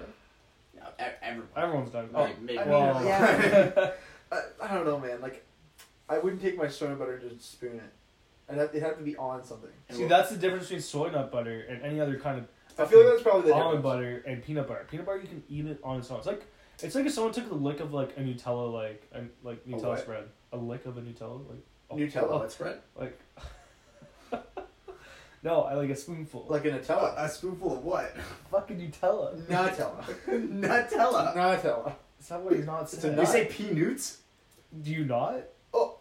S2: No, e- everyone.
S3: Everyone's done it.
S2: Oh, like,
S1: I
S2: maybe.
S1: mean,
S3: Wow.
S2: *laughs*
S3: Oh.
S1: yeah. I, I don't know, man. Like, I wouldn't take my soy butter and just spoon it. I'd have, it'd have to be on something.
S3: *laughs* *laughs* See, that's the difference between soy nut butter and any other kind of
S1: I feel like that's probably the difference.
S3: almond butter and peanut butter. Peanut butter, you can eat it on its own. It's like It's like if someone took a lick of like a Nutella, like a, like Nutella
S1: what?
S3: spread, a lick of a Nutella, like oh,
S1: Nutella?
S2: it's bread.
S3: like. *laughs* no, I like a spoonful.
S1: Like a Nutella.
S2: a spoonful of what? *laughs*
S3: fucking Nutella.
S1: Nutella.
S3: *laughs*
S2: Nutella.
S1: Nutella.
S3: Is that what he's not
S1: It's a
S3: saying?
S1: nut.
S2: You say peanuts?
S3: Do you not?
S1: Oh,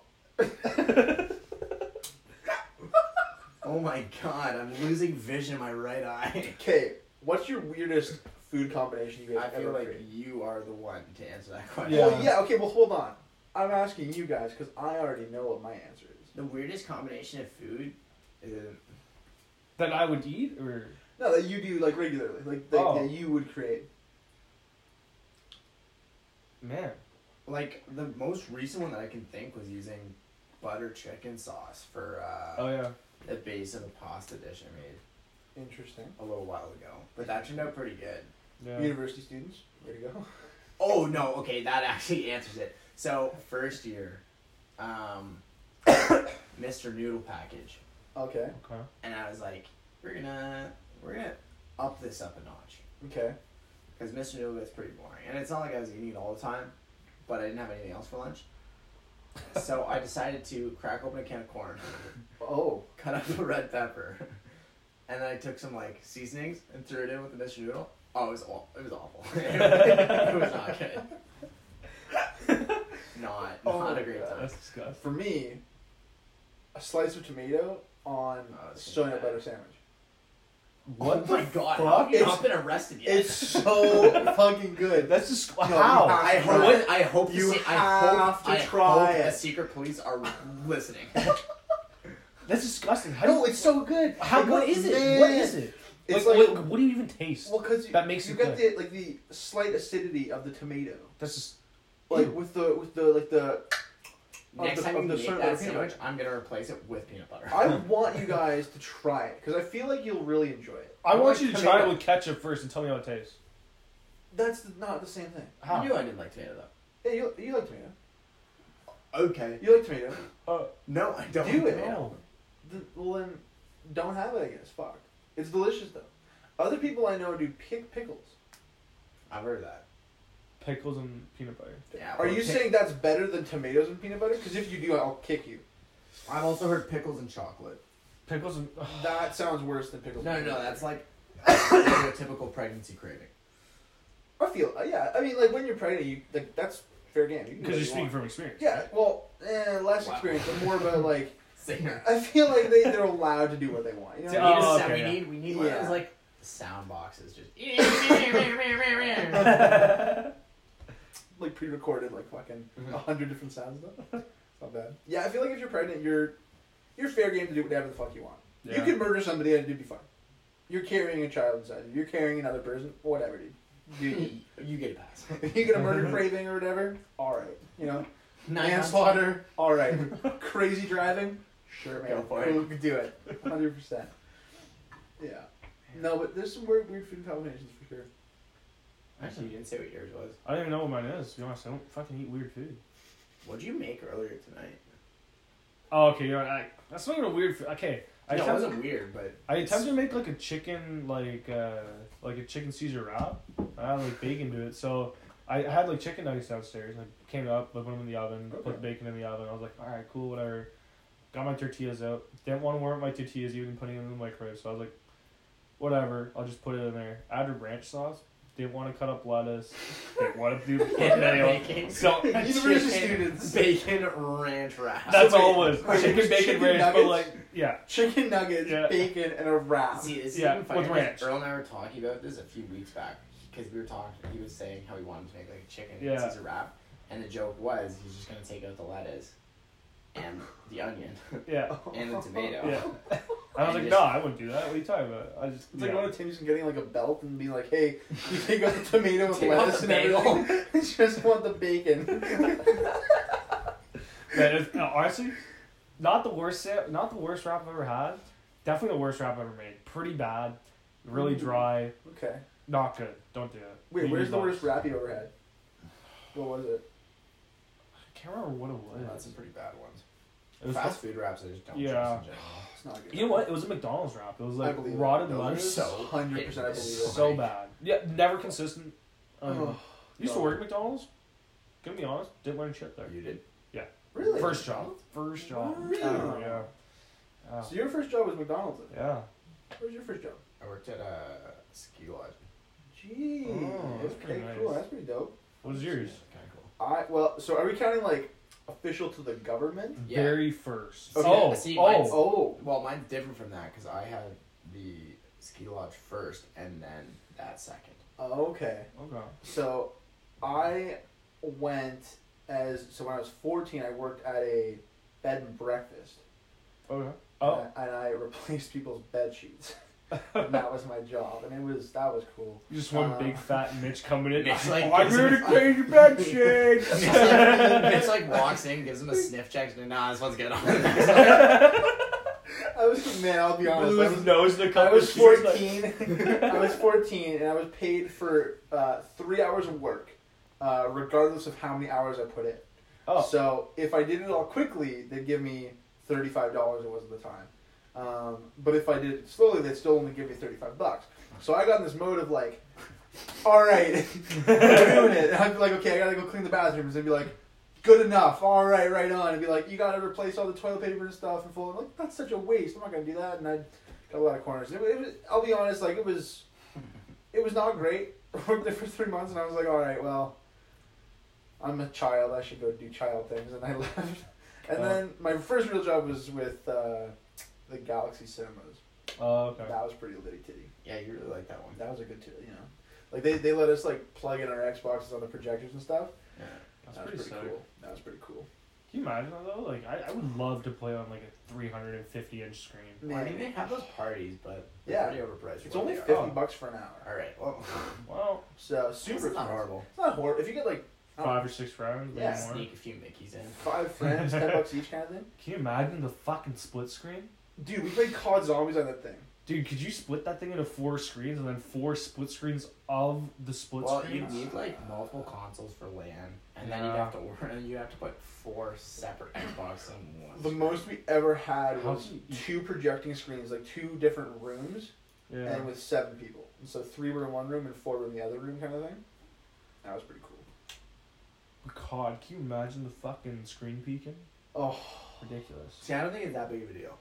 S2: Oh my god, I'm losing vision in my
S1: *laughs*
S2: right eye.
S1: okay. What's your weirdest food combination you guys
S2: I
S1: ever
S2: feel like
S1: created?
S2: you are the one to answer that question.
S3: Yeah.
S1: Well, yeah. Okay. Well, hold on. I'm asking you guys because I already know what my answer is.
S2: The weirdest combination of food is
S3: That I would eat, or
S1: No, that you do like regularly, like that,
S3: Oh.
S1: that you would create.
S3: man,
S2: like the most recent one that I can think was using butter chicken sauce for uh,
S3: oh yeah,
S2: the base of a pasta dish I made
S1: Interesting.
S2: a little while ago. But that turned out pretty good.
S3: yeah.
S1: University students, way to go. *laughs*
S2: Oh no, okay, that actually *laughs* answers it. So first year, um, *coughs* Mr. Noodle package,
S1: Okay.
S3: Okay.
S2: and I was like, we're gonna we're gonna up this up a notch
S1: Okay.
S2: because Mr. Noodle gets pretty boring, and it's not like I was eating it all the time, but I didn't have anything else for lunch. So I decided to crack open a can of corn,
S1: Oh.
S2: cut up *laughs* a red pepper, and then I took some like seasonings and threw it in with the Mr. Noodle. Oh, it was aw- it was awful. *laughs* it was not good. Not not
S1: Oh my
S2: a great
S1: God.
S2: time.
S3: That's disgusting.
S1: For me, a slice of tomato on
S2: Oh, that's
S1: soy
S2: bad.
S1: nut butter sandwich.
S2: What
S1: Oh
S2: my god,
S1: fuck?
S2: how have you
S1: It's-
S2: not been arrested yet?
S1: It's so
S3: *laughs*
S1: fucking good.
S3: That's just
S1: No,
S3: how.
S1: you
S2: I
S1: have to
S2: hope
S1: try it.
S2: I hope
S1: You
S2: the, se- I
S1: have
S2: hope,
S1: to
S2: I
S1: try
S2: hope
S1: it.
S2: the secret police are listening.
S3: That's disgusting. How do
S1: No, it's so good.
S3: How
S1: Like,
S3: what is it? What is it?
S1: It's
S3: like,
S1: like,
S3: what, what do you even taste?
S1: well, because
S3: that makes
S1: you
S3: it
S1: got the like the slight acidity of the tomato,
S3: That's just
S1: like
S3: Ew.
S1: with the with the like the. Of
S2: Next
S1: the-
S2: time
S1: of
S2: you
S1: the
S2: make
S1: certain
S2: that
S1: peanut
S2: sandwich, I'm gonna replace it with peanut butter.
S1: I
S3: *laughs*
S1: want you guys to try it because I feel like you'll really enjoy it.
S3: I want
S2: like
S3: you to try it
S2: tomato. *laughs*
S3: with ketchup first and tell me how it tastes.
S1: That's not the same thing.
S3: How?
S2: You knew I didn't like tomato
S1: Yeah, you, you like tomato.
S2: though. Okay.
S1: You like tomato.
S3: Uh,
S2: No, I don't.
S1: Do it.
S3: no.
S1: Th- Well then, don't have it. I guess. Fuck. It's delicious though. Other people I know do pick pickles.
S2: I've heard that.
S3: Pickles and peanut butter.
S2: Yeah.
S1: Are
S2: well,
S1: you
S2: pic-
S1: saying that's better than tomatoes and peanut butter? Because if you do, I'll kick you.
S2: I've also heard pickles and chocolate.
S3: Pickles and ugh,
S1: That sounds worse than pickles.
S2: No,
S1: and
S2: no, no.
S1: peanut
S2: That's like a typical pregnancy craving.
S1: butter. I feel. Uh, yeah. I mean, like when you're pregnant, you like that's fair game. You can do
S3: because
S1: what
S3: you're
S1: you
S3: speaking
S1: want.
S3: from experience.
S1: Yeah. Well, eh, less
S2: Wow.
S1: experience, but more about like. *laughs*
S2: Singer.
S1: I feel like they they're allowed to do what they want. You know.
S2: We need,
S1: what I mean?
S2: a
S3: Oh,
S2: sa-
S3: okay,
S2: we,
S3: yeah.
S2: need we need one of
S1: Yeah.
S2: those, like sound boxes just.
S1: Like pre-recorded, like fucking
S2: Mhm.
S1: a hundred different sounds though. *laughs* It's Not bad. Yeah, I feel like if you're pregnant, you're you're fair game to do whatever the fuck you want. You
S3: Yeah.
S1: could murder somebody and it'd be fine. You're carrying a child inside you. You're carrying another person. Whatever, dude.
S2: *laughs*
S1: dude.
S2: you get a pass.
S1: if you get a murder
S3: *laughs*
S1: craving or whatever, all right. You know,
S2: Nine
S1: manslaughter, all right.
S3: *laughs*
S1: Crazy driving, sure, man.
S2: Go for it.
S1: We'll do it, hundred percent. Yeah. No, but there's some weird, weird food combinations for sure.
S2: Actually, you didn't say what yours was.
S3: I don't even know what mine is. To be honest, I don't fucking eat weird food.
S2: What'd you make earlier tonight?
S3: Oh, okay. You're right. I, that's not even a weird food. Okay. I,
S2: I know it
S3: attempt-
S2: wasn't weird, but
S3: I attempted to make like a chicken, like uh, like a chicken Caesar wrap. I added like bacon to it, so I I had like chicken nuggets downstairs. and I came up, I put them in the oven,
S1: Okay.
S3: put bacon in the oven. I was like, all right, cool, whatever. Got my tortillas out. Didn't want to warm up my tortillas, even putting them in the microwave. So I was like, whatever, I'll just put it in there. Added ranch sauce. Didn't want to cut up lettuce. Didn't want to *laughs* do
S2: *laughs* Bacon. *laughs*
S3: So
S1: University
S2: Chicken
S1: students.
S2: bacon ranch wrap.
S3: that's
S1: So wait,
S3: all it
S1: wait,
S3: was. Chicken, bacon,
S1: chicken
S3: ranch,
S1: nuggets?
S3: but like, yeah,
S1: Chicken nuggets,
S3: Yeah.
S1: bacon, and a wrap.
S2: See, this
S3: Yeah,
S2: is even funny.
S3: with
S2: because
S3: ranch.
S2: Earl and I were talking about this a few weeks back because we were talking. He was saying how he wanted to make like a chicken
S3: Yeah.
S2: Caesar wrap, and the joke was he's just gonna take out the lettuce and the *laughs* onion
S3: yeah.
S2: and the tomato. *laughs*
S3: Yeah. I
S1: *laughs*
S2: And
S3: was like,
S2: just-
S3: no, I wouldn't do that. What are you talking about? I just
S1: Oh. It's like
S3: yeah.
S1: going to Timmy's and getting like a belt and being like, "Hey, you take out the
S3: *laughs*
S1: tomato and
S2: Take out
S1: lettuce
S2: the
S1: and
S2: *laughs*
S1: everything. *laughs* I just want the bacon."
S3: Man, it's- no, honestly, not the worst. sa- Not the worst wrap I've ever had. Definitely the worst wrap I've ever made. Pretty bad. Really dry.
S1: Okay.
S3: Not good. Don't do that.
S1: Wait,
S3: You
S1: where's
S3: need
S1: the
S3: box.
S1: worst wrap you ever had? What was it?
S3: I can't remember what it
S2: That's
S3: was.
S2: some pretty bad ones.
S3: It was
S2: Fast food wraps I just don't
S3: Yeah.
S2: trust in
S1: It's not good.
S3: you know what? It was a McDonald's wrap. It was
S1: I
S3: like
S1: believe it.
S3: rotted
S2: Those are
S3: lettuce.
S2: so
S1: Hundred percent, I
S2: It
S1: believe
S2: is
S1: it.
S3: so bad. Yeah, never consistent. Um,
S1: Oh,
S3: used to
S1: No.
S3: work at McDonald's. Gonna be honest, didn't learn shit there.
S2: You did.
S1: Really?
S3: First job. First job.
S1: Really?
S3: Oh, yeah. Yeah.
S1: So your first job was McDonald's. then?
S3: yeah.
S1: Where's your first job?
S2: I worked at a ski lodge.
S1: Gee,
S3: Oh,
S1: that's
S3: that's
S1: pretty
S3: pretty
S1: cool.
S3: nice.
S1: That's pretty dope.
S3: What was yours?
S2: Kind of cool.
S1: I well, so are we counting like official to the government?
S2: Yeah.
S3: Very first.
S1: Okay.
S3: Oh,
S2: See, mine's-
S3: oh.
S1: Oh,
S2: Well, mine's different from that because I had the ski lodge first and then that second.
S1: okay.
S3: Okay.
S1: So, I went as so when I was fourteen, I worked at a bed and breakfast,
S3: Okay. Oh.
S1: and, I, and I replaced people's bed sheets. *laughs* and that was my job, and it was that was cool.
S3: Just one
S1: Uh,
S3: big fat Mitch coming in.
S2: It's like-
S3: I'm here to clean your bed sheets.
S2: Mitch like, *laughs* Mitch, like, walks in, gives him a sniff check, and nah, this one's *laughs* good. On the next one.
S1: I was man. I'll be honest. I
S3: Blew
S1: was,
S3: his nose in a cup
S1: I
S3: of
S1: was
S3: cheese, like-
S1: 14. I was 14, and I was paid for uh, three hours of work, uh, regardless of how many hours I put in.
S3: Oh.
S1: So if I did it all quickly, they'd give me $35, it was at the time. Um, but if I did it slowly, they'd still only give me 35 bucks. So I got in this mode of like, all right, *laughs* I'm doing it. And I'd be like, okay, I gotta go clean the bathrooms. And be like, good enough, all right, right on. And be like, you gotta replace all the toilet paper and stuff and fold. it. like, that's such a waste. I'm not gonna do that. And I got a lot of corners. It, wa- it was, I'll be honest, like it was, it was not great. *laughs* I worked there for three months, and I was like, all right, well, I'm a child. I should go do child things, and I *laughs* left. And
S3: Oh.
S1: then my first real job was with uh, the Galaxy Cinemas.
S3: Oh, okay.
S1: That was pretty litty titty.
S2: yeah, you really like that one.
S1: That was a good too, you know. Like they, they let us like plug in our Xboxes on the projectors and stuff.
S2: Yeah.
S3: That's
S1: that
S3: pretty,
S1: was pretty
S3: sick.
S1: cool. That was pretty cool.
S3: Can you imagine that though? Like, I, I would love to play on like a 350 inch screen.
S2: Well, I mean,
S1: Man,
S2: they have those parties, but they're
S1: Yeah.
S2: pretty overpriced.
S1: it's
S2: What
S1: only
S2: they are.
S1: fifty
S3: Oh.
S1: bucks for an hour.
S2: All right. *laughs* Well,
S3: Well,
S1: So
S2: super
S1: super
S2: it's not horrible.
S1: It's not horrible. If you get like I don't
S3: five or six rounds, maybe
S1: Yeah.
S3: more.
S2: Sneak a few Mickeys in.
S1: know, five friends,
S3: *laughs*
S1: ten bucks each kind of thing.
S3: Can you imagine the fucking split screen?
S1: Dude, we played COD Zombies on that thing.
S3: Dude, could you split that thing into four screens and then four split screens of the split
S2: Well, you
S3: screens?
S2: need like multiple consoles for LAN, and then
S3: Yeah.
S2: you have to order, *laughs* and you have to put four separate Xboxes in one.
S1: The most we ever had
S3: How
S1: was
S3: do you-
S1: two projecting screens, like two different rooms,
S3: yeah.
S1: and with seven people. And so three were in one room and four were in the other room, kind of thing. That was pretty cool.
S3: God, can you imagine the fucking screen peeking?
S1: Oh,
S3: Ridiculous.
S2: See, I don't think it's that big of a deal.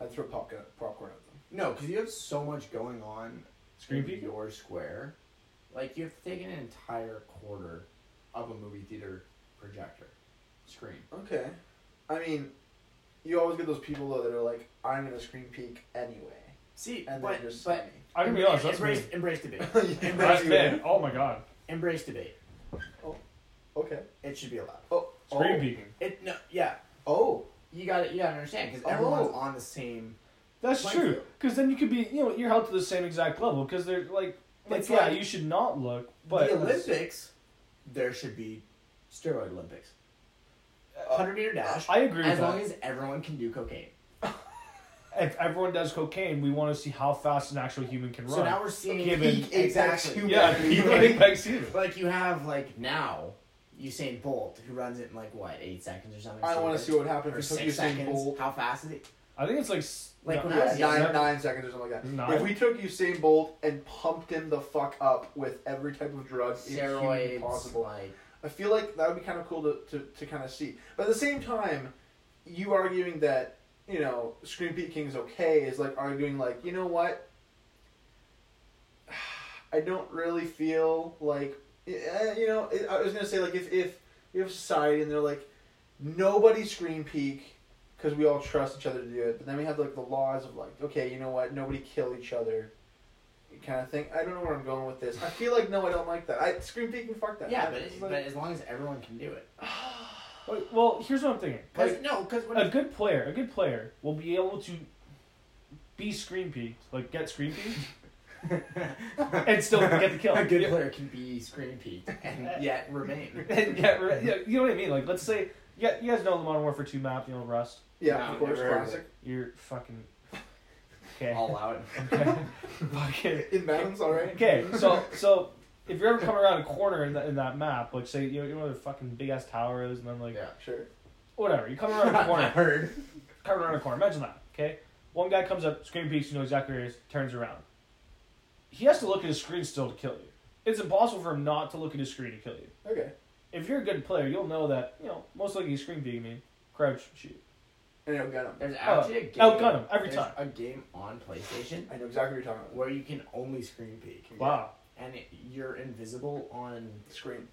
S1: I'd throw popcorn popcorn at them.
S2: No, because you have so much going on
S3: Screen
S2: in
S3: peeking?
S2: your square. Like you have to take an entire quarter of a movie theater projector screen.
S1: Okay. I mean, you always get those people though that are like, I'm gonna screen peek anyway,
S2: See,
S1: and
S2: but
S1: they're just
S2: but
S3: I can be honest, that's
S2: embrace
S3: me.
S2: embrace
S3: *laughs*
S2: debate.
S1: scummy. *laughs* Yeah.
S2: Embrace
S3: That's
S2: debate.
S3: me. Oh my god.
S2: Embrace debate.
S1: okay.
S2: It should be allowed.
S1: Oh.
S3: Screen
S1: oh.
S3: peeking.
S2: It no yeah.
S1: Oh.
S2: You got to You got to understand because everyone's
S1: Oh.
S2: on the same.
S3: That's
S2: Like-
S3: true. Because then you could be, you know, you're held to the same exact level. Because they're like, like,
S2: It's
S3: yeah,
S2: like-
S3: you should not look, but
S2: the Olympics, there should be steroid Olympics.
S1: Uh,
S2: Hundred meter dash.
S3: I agree with
S2: as
S3: that.
S2: long as everyone can do cocaine.
S3: if everyone does cocaine, we want to see how fast an actual human can run.
S2: So now we're seeing
S3: Given-
S2: peak exactly.
S1: Exactly.
S3: yeah, *laughs* he
S2: Right.
S3: back season.
S2: Like you have like now, Usain Bolt who runs it in like what eight seconds or something.
S1: I want to see what
S2: Or
S1: happened if
S2: six
S1: you Usain
S2: seconds.
S1: Bolt.
S2: How fast is it?
S3: I think it's like s-
S2: Like
S3: no,
S2: when I was
S1: Yeah, nine,
S2: younger-
S1: nine seconds or something like that.
S3: Nine.
S1: If we took Usain Bolt and pumped him the fuck up with every type of drug in human
S2: Steroids.
S1: possible,
S2: Like
S1: I feel like that would be kind of cool to, to, to kind of see. But at the same time, you arguing that, you know, Screen Peeking is okay is like arguing, like, you know what? *sighs* I don't really feel like, eh, you know, it, I was going to say, like, if, if you have society and they're like, nobody Screen Peek because we all trust each other to do it, but then we have, like, the laws of, like, okay, you know what? Nobody kill each other. Kind of thing. I don't know where I'm going with this. I feel like no, I don't like that. I screen peeking. Fuck that.
S2: yeah,
S1: I-
S2: but,
S1: it's
S2: it,
S1: like-
S2: but as long as everyone can do it.
S3: Like, well, here's what I'm thinking.
S2: Cause,
S3: Like,
S2: no, because
S3: a good player, a good player will be able to be screen peeked, like get screen peeked,
S2: *laughs*
S3: and still get the kill.
S2: A good
S3: Yeah.
S2: player can be screen peaked and
S1: *laughs*
S2: yet remain.
S3: and get, re- yeah, you know what I mean? Like, let's say, yeah, you guys know the Modern Warfare 2 map, you know, Rust.
S1: Yeah,
S2: No,
S1: of course,
S2: never heard of
S1: classic.
S3: You're fucking. Okay. *laughs*
S2: All out.
S3: okay. Fucking.
S1: In mountains, all right.
S3: Okay, so so if you're ever coming around a corner in, that in that map, like say you know, you know where the fucking big ass tower is, and then like *laughs*
S2: Yeah.
S1: Sure.
S3: whatever, you come around a
S2: I
S3: corner,
S2: heard.
S3: coming around a corner. Imagine that. Okay, one guy comes up, screen peeks, you know exactly where he is, turns around. He has to look at his screen still to kill you. it's impossible for him not to look at his screen and kill you.
S1: Okay.
S3: If you're a good player, you'll know that, you know, most likely you screen beam me, crouch, shoot.
S1: And I'll get him.
S3: Oh,
S2: There's actually a game.
S3: outgun 'em every
S2: there's
S3: time.
S2: A game on PlayStation
S1: I know exactly what you're talking about.
S2: where you can only screen peek,
S3: Wow.
S2: and it, you're invisible on
S1: Screen.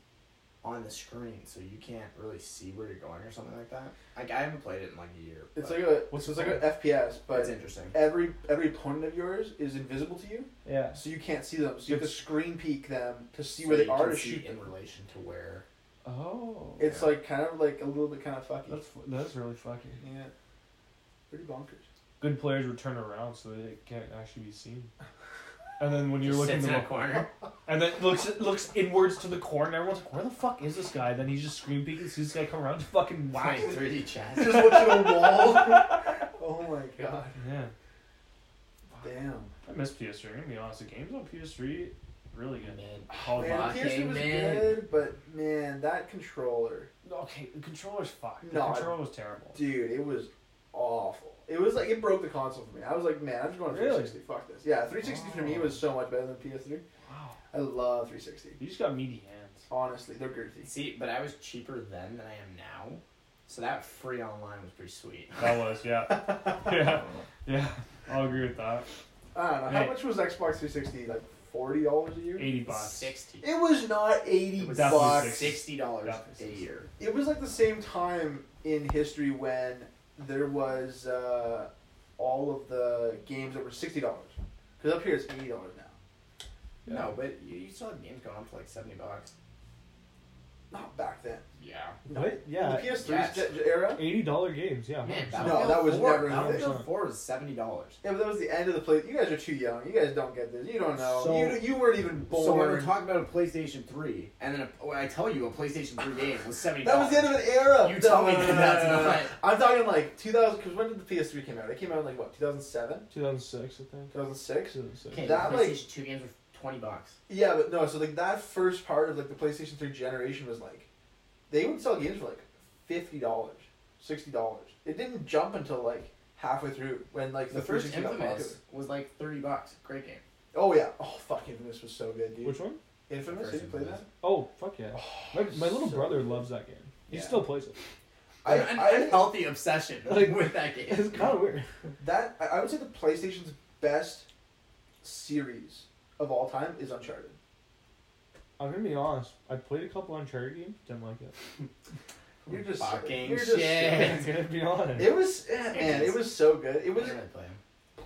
S2: on the screen, so you can't really see where you're going or something like that. Like I haven't played it in like a year.
S1: It's
S2: but
S1: like a
S3: What's
S1: it's
S3: it
S1: like an FPS,
S2: it's
S1: but
S2: interesting.
S1: every every opponent of yours is invisible to you,
S3: Yeah.
S1: so you can't see them. So you have to screen peek them to see
S2: So
S1: where they
S2: you
S1: are
S2: can
S1: to
S2: see
S1: shoot them.
S2: in relation to where.
S3: Oh.
S1: It's
S2: Yeah.
S1: like kind of like a little bit kind of fucky.
S3: That's that's really fucking.
S1: yeah. Pretty bonkers. *laughs*
S3: Good players would turn around so they can't actually be seen. And then when you're
S2: Just
S3: looking
S2: sits
S3: them
S2: in a
S3: up, *laughs*
S2: corner.
S3: and then looks looks inwards to the corner, everyone's like, "Where the fuck is this guy?" Then he's just screen peeking, sees this guy come around, fucking
S2: Wow,
S3: whack.
S2: 3D chess.
S1: Just look at a wall.
S2: *laughs*
S1: oh my god.
S3: Yeah,
S1: Damn.
S3: I miss PS3. I'm gonna be honest, the games on PS3 really good.
S2: Man.
S3: Call of
S1: Man,
S3: Duty.
S2: fucking
S1: PS3 was
S2: man.
S1: good, but man, that controller,
S3: Okay, the controller's fucked. The
S1: No, I-
S3: controller was terrible.
S1: dude, it was awful. It was like it broke the console for me. I was like, man, I'm just going to
S3: Really?
S1: 360. Fuck this. Yeah, 360 for me
S3: Oh.
S1: was so much better than PS3.
S3: Wow,
S1: I love 360.
S3: you just got meaty hands.
S1: Honestly, they're girthy.
S2: See, but I was cheaper then than I am now, so that free online was pretty sweet.
S3: That was yeah,
S1: *laughs*
S3: yeah, yeah. I'll agree with that.
S1: I don't know.
S3: Hey.
S1: How much was Xbox 360? Like forty dollars a year?
S3: Eighty bucks.
S2: Sixty.
S1: It was not eighty
S2: It was
S3: That was
S1: bucks.
S3: six.
S2: Sixty dollars
S3: That was
S2: a
S3: six.
S2: year.
S1: It was like the same time in history when there was uh, all of the games that were sixty dollars. Because up here it's eighty dollars now.
S3: Yeah.
S2: No, but you, you still have games going up for like seventy bucks.
S1: Not back then.
S2: Yeah.
S3: What?
S1: The
S3: Yeah.
S1: PS3
S2: Yes.
S1: j- j- era.
S3: Eighty dollar games. Yeah.
S2: Man,
S1: No, that was
S2: 4,
S1: never a thing.
S2: Battlefield Four was seventy dollars.
S1: Yeah, but that was the end of the play. You guys are too young. You guys don't get this. You don't know.
S2: So-
S1: you, you weren't even born.
S2: So when we're talking about a PlayStation Three, and then a, when I tell you a PlayStation Three game was seventy.
S1: that was the end of an era.
S2: You tell me
S1: No, no, no,
S2: that that's
S1: no, no, no.
S2: not-
S1: I'm talking like 2000. Because when did the PS3 came out? It came out in like what? 2007,
S3: Two thousand six, I think.
S1: 2006.
S3: Two thousand six.
S2: Okay,
S1: That,
S2: the
S1: like-
S2: PlayStation Two games were twenty bucks.
S1: Yeah, but no. So like that first part of like the PlayStation 3 generation was like, they would sell games for like fifty dollars, sixty dollars. It didn't jump until like halfway through when like the,
S2: The first
S1: 360 got
S2: Infamous was like thirty bucks. Great game.
S1: popular. Oh yeah. Oh fuck, Infamous was so good, dude.
S3: Which one?
S1: Infamous?
S2: First
S1: Did you play
S2: Infamous.
S1: that?
S3: Oh fuck yeah! My, my little
S1: so
S3: brother
S1: good.
S3: loves that game. He
S1: Yeah.
S3: still plays it.
S1: I,
S2: an
S1: I,
S2: unhealthy *laughs* obsession
S3: Like-
S2: with that game.
S3: It's kind of weird.
S1: That I I would say the PlayStation's best series of all time is Uncharted.
S3: I'm gonna be honest. I played a couple Uncharted games. Didn't like *laughs* it.
S1: You're just
S2: Fucking
S1: you're just
S3: *laughs*
S2: shit.
S3: I'm gonna be honest.
S1: It was eh, man, it was so good. It
S2: I
S1: was
S2: didn't really play 'em.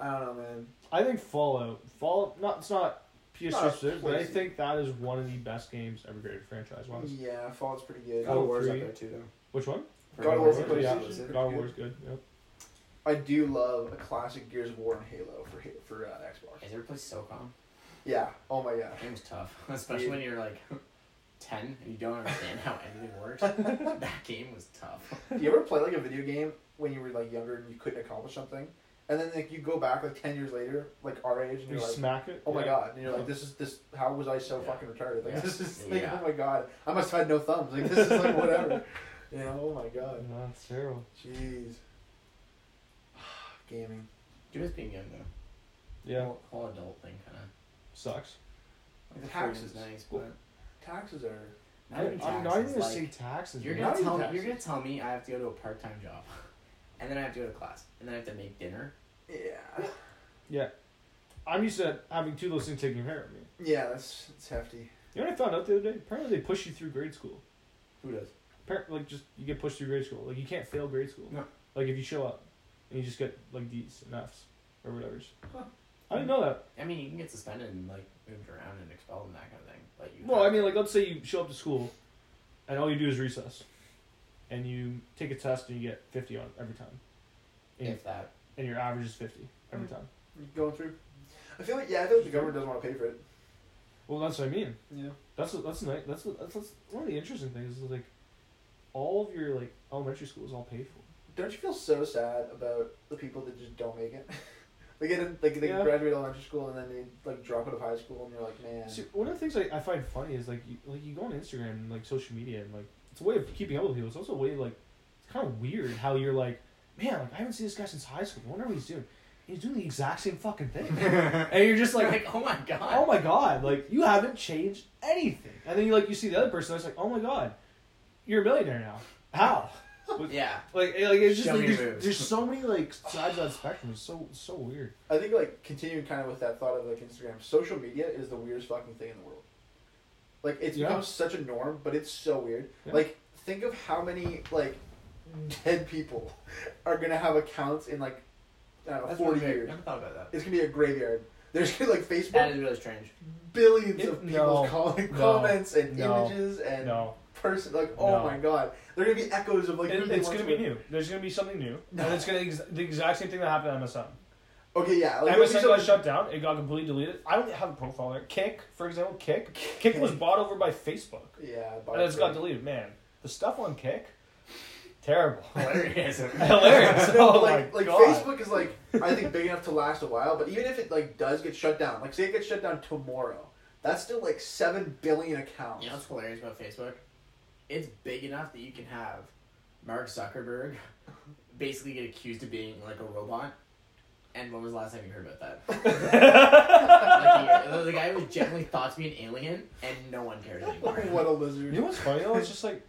S1: I don't know, man.
S3: I think Fallout. Fallout. Not. It's not
S1: Not a
S3: PS3, specific, but I
S1: place- Mm-hmm.
S3: think that is one of the best games ever created franchise wise.
S1: Yeah, Fallout's pretty good.
S2: God of War's up
S3: three.
S2: there too, though.
S3: Which one?
S1: God of
S3: War's
S2: Yeah,
S3: on PlayStation?
S2: it was it.
S3: God of War's good. Yep.
S1: I do love a classic Gears of War and Halo for Ha- for uh, Xbox.
S2: Has ever played SOCOM?
S1: Yeah. Oh my gosh.
S2: *laughs* That game's tough, especially
S1: Dude.
S2: when you're like *laughs* ten and you don't understand how anything *laughs* works. that game was tough.
S1: Do you ever play like a video game when you were like younger and you couldn't accomplish something, and then like you go back like ten years later, like our age, and
S3: You
S1: you're like,
S3: smack it.
S1: oh my
S3: yeah.
S1: god, and you're like, this is this. How was I so
S2: Yeah.
S1: fucking retarded? Like
S2: Yeah.
S1: this is like,
S2: Yeah.
S1: oh my god, I must have had no thumbs. Like this is like whatever. you know, oh my god,
S3: No, it's terrible.
S1: jeez. *sighs* Gaming.
S2: Do miss being young though.
S3: Yeah.
S2: Whole, whole adult thing kind of.
S3: Sucks.
S2: Like the
S1: Taxes.
S2: freedom's nice, but
S1: Taxes are.
S2: not even
S3: I'm not
S2: taxes.
S3: even gonna
S2: Like,
S3: say taxes.
S2: you're
S3: man.
S1: Not
S2: gonna
S1: even
S2: tell me
S1: taxes.
S2: you're gonna tell me I have to go to a part time job, *laughs* and then I have to go to class, and then I have to make dinner.
S1: Yeah.
S3: I'm used to having two of those things taken care of me.
S1: Yeah, that's it's hefty.
S3: You know what I found out the other day? Apparently they push you through grade school.
S2: Who does?
S3: Appar- like just you get pushed through grade school. Like you can't fail grade school.
S2: No.
S3: Like if you show up and you just get like D's and F's or whatever's. I didn't know that.
S2: I mean, you can get suspended and like moved around and expelled and that kind of thing. Like you.
S3: Well, I
S2: have-
S3: mean, like let's say you show up to school, and all you do is recess, and you take a test and you get fifty on every time,
S2: *laughs*
S3: and,
S2: if that. *laughs*
S3: and your average is fifty every
S1: Mm.
S3: time.
S1: Going through. I feel like yeah, I feel like the government doesn't want to pay for it.
S3: Well, that's what I mean.
S1: Yeah.
S3: That's what- that's nice. That's, what- that's that's one of the interesting things is like, all of your like elementary school is all paid for.
S1: Don't you feel so sad about the people that just don't make it? *laughs* they get in, like they
S3: Yeah.
S1: graduate elementary school and then they like drop out of high school and you're like, man.
S3: See, one of the things I, I find funny is like you, like you go on Instagram and like social media and like it's a way of keeping up with people. It's also a way of, like it's kind of weird how you're like, man, like I haven't seen this guy since high school. I wonder what he's doing. And
S5: he's doing the exact same fucking thing.
S2: *laughs*
S4: yeah.
S5: and you're just
S2: Like,
S5: like,
S2: like, oh my god.
S5: oh my god, like you haven't changed anything. And then you like you see the other person, it's like, oh my god, you're a millionaire now. How?
S2: *laughs* Yeah.
S5: Like, eh, like it's just
S2: Show
S5: like
S2: me your
S5: there's,
S2: moves.
S5: there's so many like sides of that spectrum. It's so so weird.
S1: I think like continuing kind of with that thought of like Instagram, social media is the weirdest fucking thing in the world. Like it's
S5: Yeah.
S1: become such a norm, but it's so weird.
S5: Yeah.
S1: Like think of how many like dead people *laughs* are gonna have accounts in like I don't know
S4: That's
S1: forty
S4: really big.
S1: years.
S4: Never thought about
S3: *laughs*
S4: that.
S1: It's gonna be a graveyard. There's like Facebook,
S2: That is really strange.
S1: billions
S5: It-
S1: of
S5: no.
S1: people's calling
S5: No.
S1: comments and
S3: No.
S1: images and
S3: No,
S1: person like oh
S3: No.
S1: my god, they're gonna be echoes of like
S3: It-
S1: who they
S3: it's
S1: once
S3: gonna be
S1: were.
S3: new. There's gonna be something new,
S1: No.
S3: and it's gonna ex- the exact same thing that happened to MSN.
S1: Okay, yeah, like, it'll be
S3: MSN got
S1: something-
S3: shut down. It got completely deleted. I don't have a profile there. Kick, for example, Kick. Kick was bought over by Facebook,
S1: Yeah,
S3: and it's got deleted. Man, the stuff on Kick, terrible, *laughs*
S2: *laughs* Hilarious.
S3: hilarious.
S1: No,
S3: *laughs* oh
S1: like
S3: my
S1: like
S3: God.
S1: Facebook is like I think big enough to last a while, but even if it like does get shut down, like say it gets shut down tomorrow, that's still like seven billion accounts.
S2: You know what's hilarious about Facebook? It's big enough that you can have Mark Zuckerberg *laughs* basically get accused of being like a robot. And when was the last time you heard about that?
S1: *laughs*
S2: like, he- the guy was generally thought to be an alien, and no one cared anymore.
S1: what a lizard.
S3: You know what's funny though? It's just like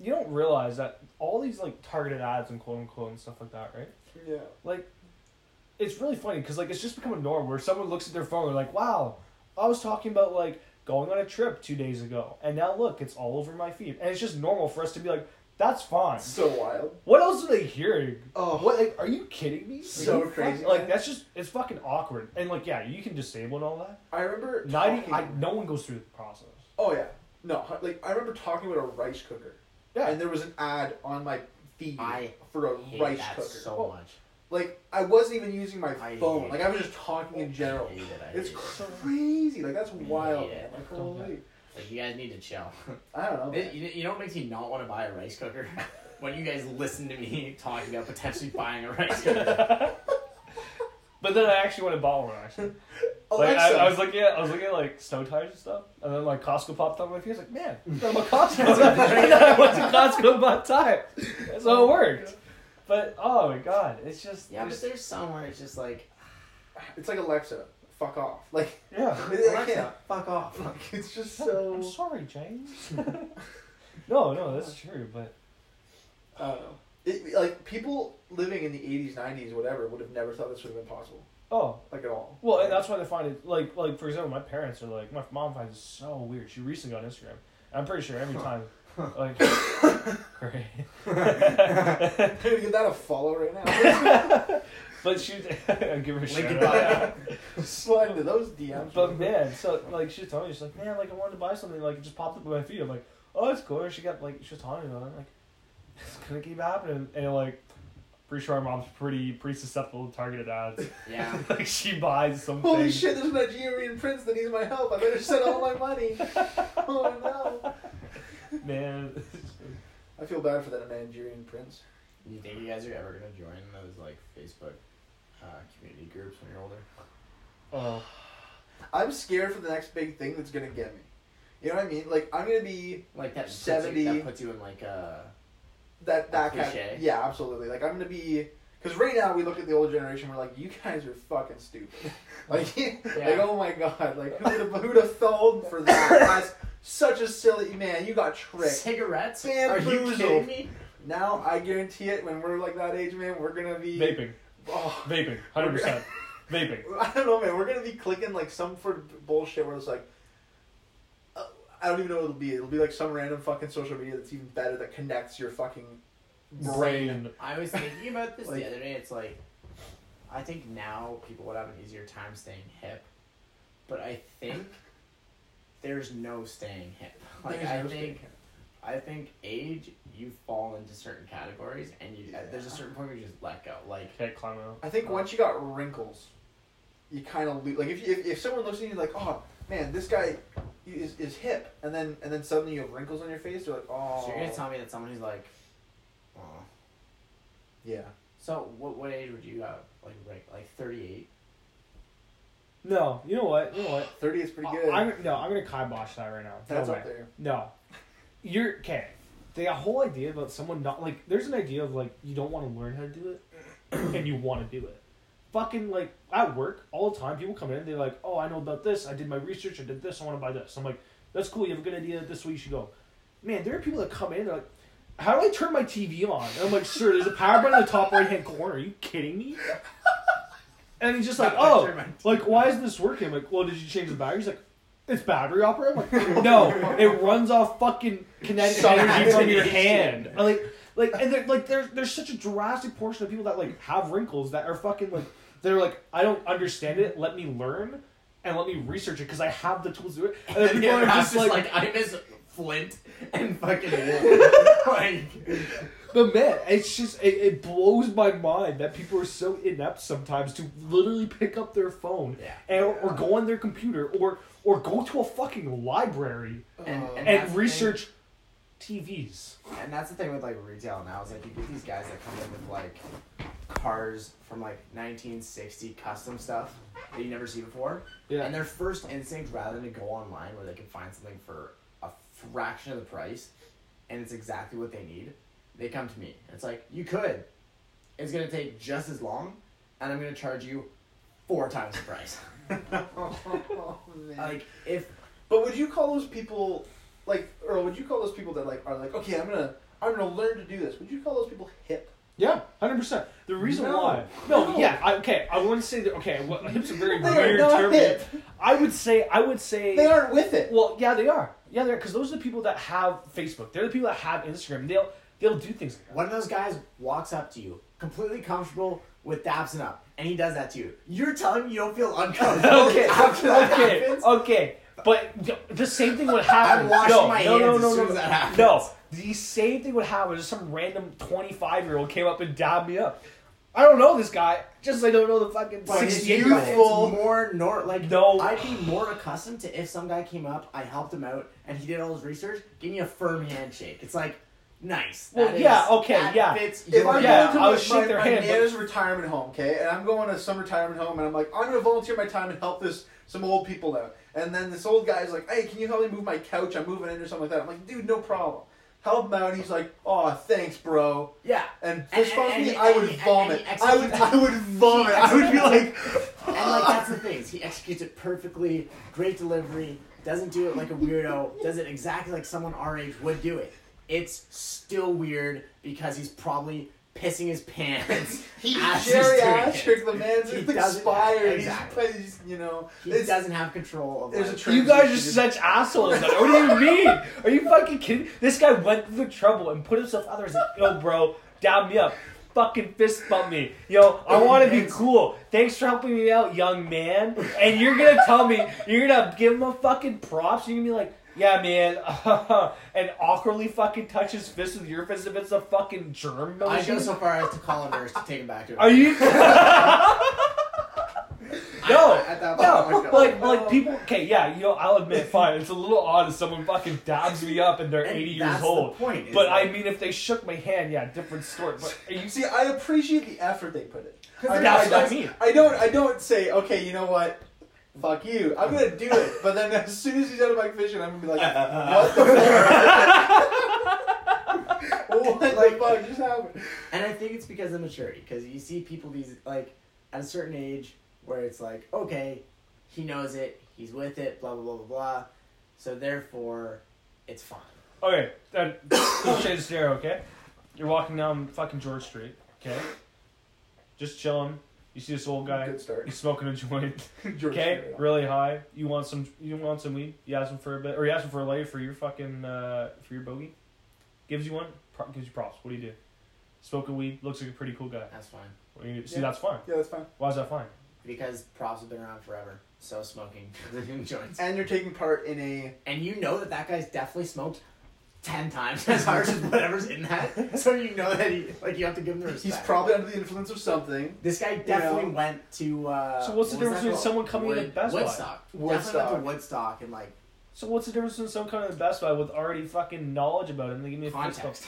S3: you don't realize that all these like targeted ads and quote unquote and stuff like that, right?
S1: yeah.
S3: Like it's really funny because like it's just become a norm where someone looks at their phone and like, wow, I was talking about like going on a trip two days ago, and now look, it's all over my feed, and it's just normal for us to be like, that's fine.
S1: So wild.
S3: What else are they hearing?
S1: Oh.
S3: What like are you kidding me? Are
S1: So
S3: you fuck-
S1: crazy,
S3: Like
S1: man.
S3: that's just it's fucking awkward. And like yeah, you can disable and all that.
S1: I remember
S3: Ninety,
S1: talking-
S3: I, no one goes through the process.
S1: Oh yeah. No, like I remember talking about a rice cooker.
S3: Yeah.
S1: And there was an ad on my feed
S2: I
S1: for a
S2: I hate
S1: rice
S2: that
S1: cooker.
S2: so
S1: Oh,
S2: much.
S1: Like I wasn't even using my
S2: I
S1: phone.
S2: hate
S1: Like I was just talking in general.
S2: I hate it. I hate
S1: It's
S2: it.
S1: crazy. Like that's wild. man.
S2: it.
S1: Like holy.
S2: Like, you guys need to
S1: *laughs*
S2: chill.
S1: I don't know.
S2: It- you, you know what makes me not want to buy a rice cooker? *laughs* when you guys listen to me talking about potentially buying a rice
S1: *laughs*
S2: cooker.
S3: *laughs* But then I actually went and bought one actually. Like
S1: Alexa.
S3: I, I was looking at I was looking at like snow tires and stuff, and then like Costco popped up on my face. Like man, I'm a
S1: *laughs*
S3: Costco. *laughs* and then I went to Costco and bought tires, so it worked. But oh my god, it's just
S2: yeah, but
S3: just-
S2: there's somewhere it's just like,
S1: It's like Alexa, fuck off. *laughs* Like,
S3: yeah.
S1: Alexa, *laughs*
S2: fuck off.
S1: like it's just
S3: *laughs* I'm
S1: so.
S3: sorry, James. *laughs* no, no, that's true. But
S1: I don't know. It, like people living in the '80s, '90s, whatever, would have never thought this would have been possible,
S3: oh
S1: like at all.
S3: well,
S1: *laughs*
S3: and that's why they find it like like for example, my parents are like my mom finds it so weird. She recently got Instagram. I'm pretty sure every time, like,
S1: *laughs*
S3: *laughs* great.
S1: I'm gonna give that a follow right
S3: *laughs*
S1: now.
S3: But she, *laughs* I'll give her a
S2: Link in
S3: shout
S2: bio.
S3: *laughs*
S1: *laughs*
S3: out.
S1: Slide into those DMs.
S3: But man, so like she told me, she's like, man, like I wanted to buy something, like it just popped up on my feed. I'm like, oh, that's cool. And she got like she was talking about it, I'm like it's gonna keep happening, and like pretty sure our mom's pretty pretty susceptible to targeted ads. *laughs*
S2: Yeah.
S3: like she buys something.
S1: Holy shit! There's an Nigerian prince that needs my help. I better send all my
S3: *laughs*
S1: money. Oh no!
S3: man.
S1: I feel bad for that Nigerian prince.
S2: You think you guys are ever gonna join those like Facebook uh, community groups when you're older?
S3: *laughs* oh,
S1: I'm scared for the next big thing that's gonna get me. You know what I mean? Like I'm gonna be
S2: Like that puts you-
S1: 70.
S2: that puts you in like a
S1: that that
S2: Like
S1: kind
S2: cliche.
S1: of, yeah absolutely like i'm gonna be because right now we look at the old generation we're like you guys are fucking
S2: *laughs*
S1: stupid like *laughs* like oh my god like who'd have, who'd have fell for
S2: *laughs*
S1: that that's such a silly man you got tricked
S2: cigarettes. Are you
S1: Bamboozled.
S2: kidding me?
S1: now i guarantee it when we're like that age man we're gonna be
S3: *laughs* vaping,
S1: oh, *laughs*
S3: vaping, hundred percent, vaping.
S1: i don't know man we're gonna be clicking like some for bullshit where it's like uh, I don't even know what it'll be. It'll be like some random fucking social media that's even better that connects your fucking brain.
S3: *laughs* Brain.
S2: I was thinking about this
S1: Like-
S2: the other day. It's like, I think now people would have an easier time staying hip, but I think there's no staying hip. *laughs* Like
S1: There's
S2: I
S1: no staying
S2: think, I think age you fall into certain categories, and you there's a certain point where you just let go. Like
S3: Can't climb out.
S1: I think once you got wrinkles, you kind of lose. Like if, you, if if someone looks at you like, oh man, this guy is, is hip, and then and then suddenly you have wrinkles on your face, they're like, oh.
S2: so you're gonna tell me that someone who's like, oh.
S1: yeah.
S2: So what what age would you have? Like right, like
S1: *laughs*
S2: thirty eight.
S3: No, you know what? You know what?
S1: Thirty is pretty good.
S3: Oh, I, am no, I'm gonna kibosh that right now.
S1: That's
S3: no way.
S1: up
S3: *laughs*
S1: there. *laughs*
S3: No. You're okay. The whole *clears throat* idea about someone not like there's an idea of like you don't want to learn how to do it and you want to do it. fucking like at work all the time. People come in, they're like, "Oh, I know about this. I did my research. I did this. I want to buy this." I'm like, "That's cool. You have a good idea. This way you should go." Man, there are people that come in. They're like, "How do I turn my TV on?" And I'm like, "Sir, there's a power button in the top right hand corner. Are you
S6: *laughs*
S3: kidding me?" And he's just like,
S6: How do I
S3: "Oh,
S6: turn my
S3: like why isn't this working?" I'm like, "Well, did you change the battery?" He's like. It's battery operated. I'm like, no, it runs off fucking kinetic
S7: Sun
S3: energy from your
S2: energy.
S3: hand. I'm like, like, and there, like, there's there's such a drastic portion of people that like have wrinkles that are fucking like they're like, I don't understand it. Let me learn and let me research it because I have the tools to do it. And
S6: And the
S2: *laughs*
S3: then people are
S6: other half
S3: just
S6: is like,
S3: like,
S6: I miss Flint and
S1: *laughs*
S6: fucking
S2: *laughs*
S6: wool. like,
S3: but man, it's just it, it blows my mind that people are so inept sometimes to literally pick up their phone
S6: yeah.
S3: and, or go on their computer or or go to a fucking library
S2: And-
S6: Uh,
S2: and- that's
S3: and
S2: the
S3: research TVs.
S2: And that's the thing with like retail now is like you get these guys that come in with like cars from like 1960 custom stuff that you never see before.
S3: Yeah.
S2: And their first instinct, rather than to go online where they can find something for a fraction of the price, and it's exactly what they need, they come to me. It's like you could. It's gonna take just as long, and I'm gonna charge you four times the price. like if
S1: Oh, But would you call those people like Earl? Would you call those people that like are like okay, I'm gonna I'm gonna learn to do this? Would you call those people hip?
S3: Yeah, hundred percent. The reason
S1: No.
S3: why, no,
S1: No.
S3: yeah, I, okay. I wouldn't say that. Okay, well, hip's a
S1: *laughs*
S3: very
S1: They are
S3: weird
S1: not
S3: term.
S1: hip.
S3: I would say, I would say,
S1: They aren't with it.
S3: well, yeah, they are. Yeah, they're because those are the people that have Facebook. They're the people that have Instagram. They'll they'll do things like that.
S2: One of those guys walks up to you, completely comfortable with dabs and up, and he does that to you. You're telling me you don't feel uncomfortable
S3: *laughs* Okay,
S2: *laughs* after that
S3: okay,
S2: happens?
S3: okay. But th- the same thing would happen.
S2: I'm washing
S3: no,
S2: my
S3: no,
S2: hands
S3: no, no,
S2: as
S3: no,
S2: soon as that happens.
S3: No, the same thing would happen. Is some random twenty-five year old came up and dabbed me up. I don't know this guy. Just as I don't know the fucking
S2: But it's
S3: sixty-eight year old.
S1: youthful.
S2: It's more nor like
S3: No.
S2: I'd be more accustomed to if some guy came up, I helped him out, and he did all his research, give me a firm handshake. It's like nice.
S3: Well,
S2: That is-
S3: yeah, okay,
S2: that
S3: yeah.
S2: Fits
S1: If
S2: your-
S1: I'm
S3: Yeah,
S1: going to
S3: I would
S1: my-
S3: shake
S1: my,
S3: their
S1: my
S3: hand, but-
S1: nana's retirement home, okay, and I'm going to some retirement home, and I'm like, I'm going to volunteer my time and help this some old people out. And then this old guy's like, Hey, can you help me move my couch? I'm moving in or something like that. I'm like, Dude, no problem. Help him out. And he's like, Oh, thanks, bro.
S2: yeah.
S1: And
S2: And-
S1: fist bumps
S2: and-
S1: me.
S2: and-
S1: I would
S2: and- and-
S1: vomit.
S2: and he
S1: I would. I would vomit. I would be like,
S2: And like that's the thing. is He executes it perfectly, great delivery, doesn't do it like a weirdo, does it exactly like someone our age would do it. It's still weird because he's probably pissing his
S1: *laughs*
S2: pants.
S1: He's
S2: as he's doing it.
S1: geriatric. The man's
S2: He
S1: just
S2: doesn't-
S1: expired.
S2: exactly.
S1: He's, he's, you know,
S2: He
S1: it's-
S2: doesn't have control of
S1: there's a
S2: like,
S1: tra-
S3: You guys are such assholes. Like, what do you mean? Are you fucking kidding? This guy went through the trouble and put himself out there. He's like, yo, bro, dab me up. Fucking fist bump me. Yo, I want to be cool. Thanks for helping me out, young man. And you're going to tell me, you're going to give him a fucking props. You're going to be like, yeah, man. *laughs* and awkwardly fucking touch his fist with your fist if it's a fucking germ
S2: I
S3: motion.
S2: go so far as to call a nurse to take him back to
S3: Are you. no.
S2: at that
S3: No,
S2: point?
S3: like like people. Okay, yeah, you know,
S2: *laughs*
S3: I'll admit, fine. It's a little odd if someone fucking dabs me up and they're
S2: And
S3: eighty years
S2: that's
S3: old.
S2: The point, is
S3: But I
S2: like,
S3: mean, if they shook my hand, yeah, different story.
S2: *laughs*
S3: But are you
S1: You see, I appreciate the effort they put in. I,
S3: That's
S1: I,
S3: what I mean.
S1: I don't. I don't say, okay, you know what? Fuck you. I'm gonna do
S3: *laughs*
S1: it. But then as soon as he's out of my vision, I'm gonna be like, what
S2: *laughs*
S1: the fuck? what the fuck just happened?
S2: And I think it's because of maturity, because you see people these like at a certain age where it's like, okay, he knows it, he's with it, blah blah blah blah blah. So therefore, it's fine.
S3: okay? *coughs* That let's change the scenario, okay? You're walking down fucking George Street, okay? Just chilling. You see this old guy.
S1: Good
S3: *laughs*
S1: start.
S3: He's smoking a joint,
S1: George
S3: okay?
S1: Strait.
S3: Really high. You want some? You want some weed? You ask him for a bit, or you ask him for a lay for your fucking uh, for your bogey. Gives you one. Pro- gives you props. What do you do? Smoking weed. Looks like a pretty cool guy.
S2: That's fine
S3: Well, you- See,
S1: Yeah.
S3: that's fine.
S1: Yeah, that's fine.
S3: Why is that fine?
S2: because props have been around forever. So smoking *laughs* joints,
S1: And you're taking part in a.
S2: and you know that that guy's definitely smoked. Ten times as hard as whatever's
S1: *laughs*
S2: in that, so you know that he like you have to give him the respect.
S1: He's probably under the influence of
S3: *laughs*
S1: something.
S2: This guy definitely
S1: You know?
S2: went to. Uh,
S3: So what's the
S2: what was
S3: difference
S2: that
S3: between
S2: called?
S3: someone coming in at Best Buy?
S2: Woodstock.
S1: Woodstock.
S2: Definitely went to Woodstock and like
S3: So what's the difference between some kind of Best Buy with already fucking knowledge about it and they give me a fist bump?
S2: context.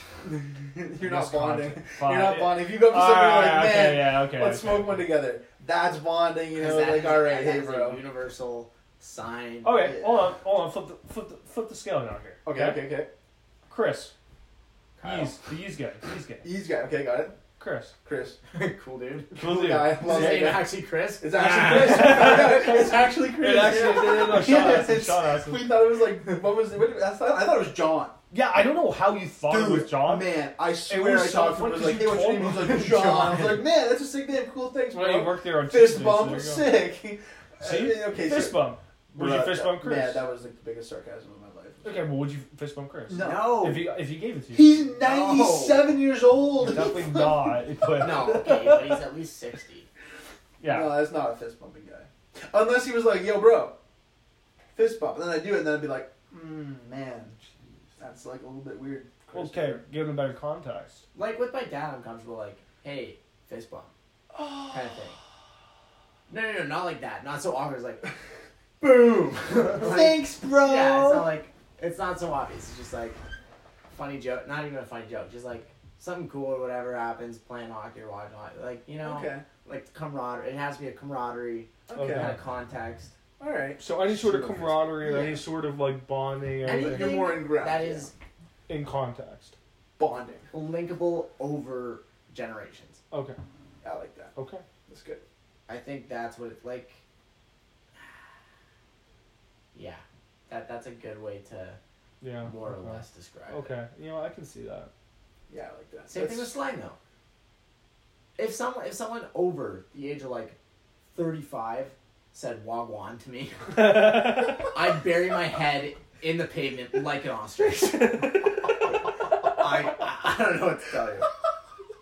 S1: you're not
S3: Yes,
S1: bonding.
S3: context.
S1: You're
S3: Fine.
S1: not bonding. If you go up to
S3: All
S1: somebody
S3: right,
S1: like, man,
S3: okay, yeah, okay.
S1: let's
S3: okay.
S1: smoke one together. That's bonding. You know,
S2: Because that
S1: like
S2: is-
S1: all right,
S2: that
S1: hey,
S2: is a
S1: bro.
S2: universal sign.
S3: Okay,
S1: Yeah.
S3: hold on, hold on. Flip the flip the, flip the scale down here.
S1: Okay, okay, okay.
S3: Chris,
S6: Kyle.
S3: Yeez, the Yeez guy, Yeez guy.
S1: *laughs* He's got okay, got it.
S5: Chris.
S1: Chris.
S2: *laughs* cool
S1: *laughs*
S2: dude.
S1: Cool guy.
S2: Is
S1: Love
S2: his
S1: that
S2: name
S1: guy.
S2: actually Chris?
S1: It's
S2: *laughs*
S1: actually Chris. it's actually Chris.
S5: It actually did.
S1: *laughs*
S5: No, Sean asked him,
S1: Yes.
S5: Sean asked him.
S1: We thought it was like what was it? What, I, thought, I thought it was John.
S5: Yeah, I don't know how you thought it was John.
S1: Man, I
S5: It
S1: swear
S5: was
S1: I
S5: so
S1: talked to him.
S5: funny
S1: I
S5: 'cause
S1: was like,
S5: you
S1: hey, what's your
S5: told
S1: name? He was
S5: me.
S1: like, John. I was like, man, that's a sick name. Cool things,
S5: Well, you
S1: bro.
S5: worked there on
S1: Fist
S3: Tuesday,
S1: bump
S3: so
S1: was
S3: there
S1: sick. I
S5: See?
S1: mean, okay,
S5: Fist
S1: so,
S5: bump. Would you
S1: Bruh,
S5: fist
S1: that-
S5: bump Chris?
S1: Yeah, that was like the biggest sarcasm of my life.
S5: Okay, well, would you fist bump Chris?
S1: No.
S2: No.
S5: If he if he gave it to you,
S1: He's 97 years old.
S5: You're definitely not. But
S2: no, *laughs* okay, but he's at least 60.
S5: yeah,
S1: *laughs* No, that's not a fist bumping guy. Unless he was like, yo, bro, fist bump. And then I do it, and then I'd be like, mm, man, that's like a little bit weird. Chris. *sighs*
S5: okay, give him better context.
S2: Like with my dad, I'm comfortable, like, hey, fist bump. kind of thing. *sighs* No, no, no, not like that. Not so awkward. It's *laughs* like, boom. Like,
S1: Thanks, bro.
S2: yeah, it's not like, it's not so obvious. It's just like, funny joke. Not even a funny joke. Just like, something cool or whatever happens, playing hockey or whatnot. Like, you know,
S1: okay.
S2: like camaraderie. It has to be a camaraderie,
S1: Okay.
S2: kind
S5: Okay.
S2: of context.
S1: All right.
S5: So any sort of camaraderie or
S1: Yeah.
S5: any sort of like bonding or
S2: Anything
S5: like,
S1: You're more in ground,
S2: that
S1: yeah.
S2: is
S5: in context.
S1: Bonding.
S2: linkable over generations.
S5: Okay.
S1: I like that.
S5: Okay.
S1: That's good.
S2: I think that's what it's like. *sighs* Yeah, that that's a good way to
S5: Yeah.
S2: more
S5: okay.
S2: or less describe. it.
S5: Okay. You know, I can see
S1: *laughs*
S5: that. *laughs*
S1: Yeah, I like that.
S2: Same thing
S1: That's-
S2: with slang though. If someone if someone over the age of like thirty five said wagwan to me, *laughs* I'd bury my head in the pavement like
S1: *laughs*
S2: an ostrich. I, I I don't know what to tell you.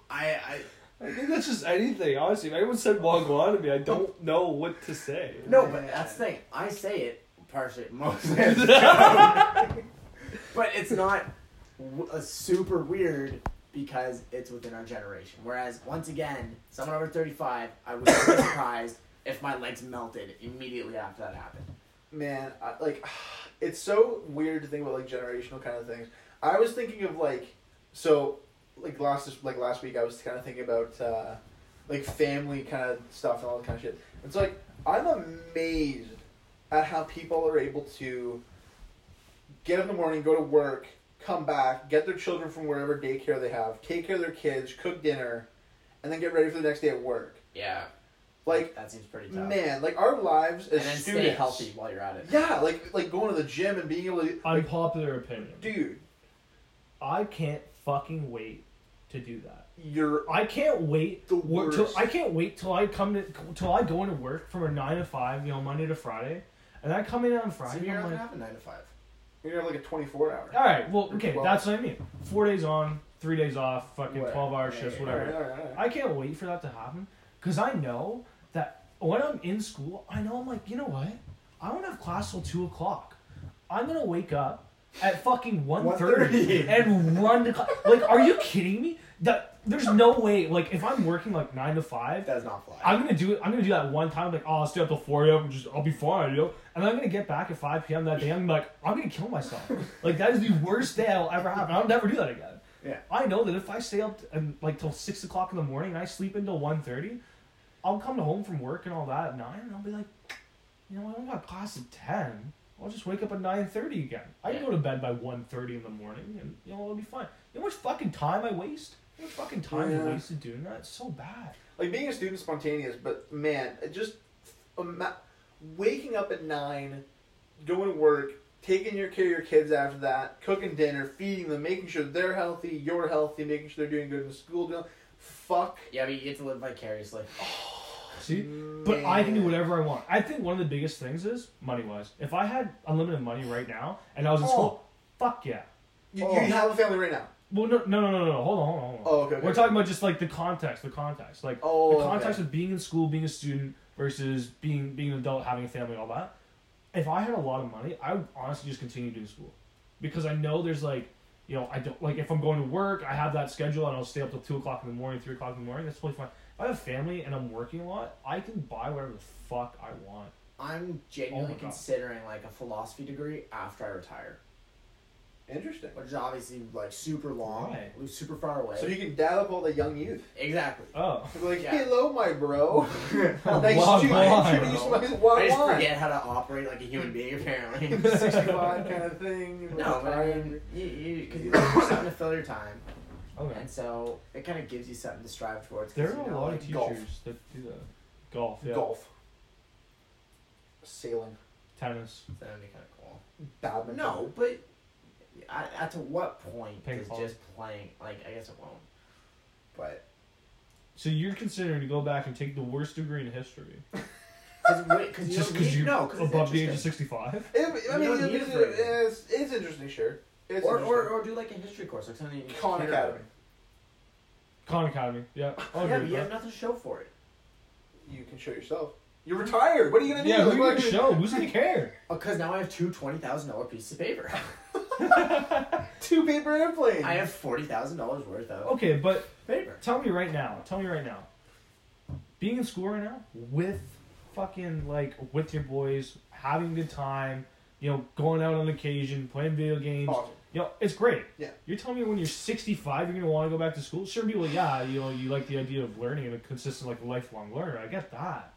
S2: I I
S5: I think that's just anything. Honestly, if anyone said Wagwan to me, I don't know what to say.
S2: no, but that's the thing. I say it partially mostly. as a joke. but it's not w- a super weird because it's within our generation. Whereas once again, someone over thirty five, I would be *coughs* surprised if my legs melted immediately after that happened.
S1: man, I, like, *sighs* it's so weird to think about like generational kind of things. I was thinking of like, so like last this- like last week, I was kind of thinking about uh, like family kind of stuff and all that kind of shit. It's like I'm amazed at how people are able to get up in the morning, go to work, come back, get their children from wherever daycare they have, take care of their kids, cook dinner, and then get ready for the next day at work.
S2: Yeah.
S1: Like,
S2: that seems pretty tough.
S1: man, like our lives
S2: and
S1: as
S2: then
S1: students,
S2: stay healthy while you're at it.
S1: yeah, like like going to the gym and being able to like,
S3: Unpopular opinion.
S1: dude,
S3: I can't fucking wait to do that.
S1: you're
S3: I can't wait.
S1: The
S3: wor-
S1: worst.
S3: Till, I can't wait till I come to till I go into work from a nine to five, you know, Monday to Friday, and I come in on
S2: So
S3: Friday.
S2: you're not
S3: and I'm
S2: gonna
S3: like,
S2: have a nine to five.
S1: you're gonna have like a twenty four hour.
S3: all right, well, okay,
S1: Well-
S3: that's what I mean. Four days on, three days off, fucking
S1: Whatever.
S3: twelve hour
S2: Yeah,
S3: shifts,
S2: yeah,
S3: whatever.
S1: Alright, alright, alright.
S3: I can't wait for that to happen because I know that when I'm in school, I know I'm like, you know what? I want to have class till two o'clock. I'm gonna wake up at fucking 1.30 and run to class. Like, are you kidding me? That there's no way. Like, if I'm working like nine to five,
S2: That does not fly.
S3: I'm gonna do it. I'm gonna do that one time. Like, oh, I'll stay up till four. Yeah, I'm just I'll be fine, you know. And I'm gonna get back at five p.m. that day. I'm like, I'm gonna kill
S2: *laughs*
S3: myself. Like, that is the worst day I'll ever have. and I'll never do that again.
S2: Yeah.
S3: I know that if I stay up t- and like till six o'clock in the morning and I sleep until 1.30, I'll come home from work and all that at nine, and I'll be like, you know, I don't got class at ten. I'll just wake up at nine thirty again. I can
S2: Yeah.
S3: go to bed by 1.30 in the morning, and you know it'll be fine. You know how much fucking time I waste? You know how much fucking time
S1: Yeah.
S3: I wasted doing that? It's so bad.
S1: Like being a student spontaneous, but man, it just ima- waking up at nine, going to work, taking your care of your kids after that, cooking dinner, feeding them, making sure they're healthy, you're healthy, making sure they're doing good in school. doing- Fuck.
S2: yeah, but you get to live vicariously.
S3: See, But I can do
S1: man.
S3: whatever I want. I think one of the biggest things is money wise. If I had unlimited money right now and I was in
S1: Oh.
S3: school, fuck yeah.
S1: You,
S3: Oh.
S1: you have a family right now.
S3: Well, no, no, no, no, no. Hold on, hold on, hold on.
S1: Oh, okay. okay.
S3: We're talking about just like the context, the context, like
S1: Oh,
S3: the context
S1: okay.
S3: of being in school, being a student versus being being an adult, having a family, all that. If I had a lot of money, I would honestly just continue doing school, because I know there's like, you know, I don't like if I'm going to work, I have that schedule, and I'll stay up till two o'clock in the morning, three o'clock in the morning. That's totally fine. If I have a family and I'm working a lot, I can buy whatever the fuck I want.
S2: I'm
S3: Oh my
S2: genuinely
S3: God.
S2: considering like a philosophy degree after I retire,
S1: Interesting.
S2: which is obviously like super long,
S3: Why?
S2: like, super far away.
S1: So you can dab up all the young youth.
S2: exactly.
S3: Oh,
S1: They're like,
S2: Yeah.
S1: hello, my bro.
S2: *laughs*
S1: Thanks
S3: Why,
S1: to
S3: why,
S1: introduce
S2: bro?
S1: my
S2: I just
S1: why?
S2: forget how to operate like a human being *laughs* apparently.
S1: 65 kind of thing.
S2: no, but I
S1: retired.
S2: mean, you, you, cause you look for something to fill your time.
S3: Okay.
S2: And so it kind of gives you something to strive towards. 'cause,
S3: There
S2: you
S3: are a
S2: know,
S3: lot
S2: like
S3: of teachers
S2: golf.
S3: that do that. Golf, yeah.
S1: Golf. Sailing.
S3: Tennis.
S2: That would be kind of cool.
S1: Badminton.
S2: No, but I, at to what point
S3: Ping
S2: does
S3: pong.
S2: just playing like I guess it won't. But
S3: So you're considering to go back and take the worst degree in history
S2: because
S3: just because
S2: you
S3: you're
S2: know,
S3: above the age of sixty-five?
S1: It, I
S2: You
S1: mean,
S2: don't
S1: it-
S2: need
S1: it's,
S2: it for anything.
S1: it's, it's interesting, sure. It's
S2: or,
S1: interesting.
S2: or or do like a history course like something. you
S1: Khan
S2: hear
S1: Academy.
S3: Khan Academy. Yeah. I'll
S2: about. Yeah,
S3: agree
S2: but
S3: with
S2: you have
S3: that.
S2: nothing to show for it.
S1: You can show yourself. You're retired. What are you gonna do?
S3: Yeah, who
S1: Like,
S3: are you
S1: what-
S3: gonna show? Who's gonna care?
S2: Because Oh, now I have two twenty thousand dollar pieces of *laughs* paper.
S1: Two paper airplanes.
S2: I have forty thousand dollars worth of
S3: Okay, but
S2: paper.
S3: tell me right now. Tell me right now. Being in school right now with fucking like with your boys, having a good time, you know, going out on occasion, playing video games.
S1: Awesome.
S3: You know, it's great.
S1: Yeah.
S3: You're telling me when you're 65, you're gonna want to go back to school? Sure, people, yeah, you know, you like the idea of learning and a consistent, like, lifelong learner. I get that.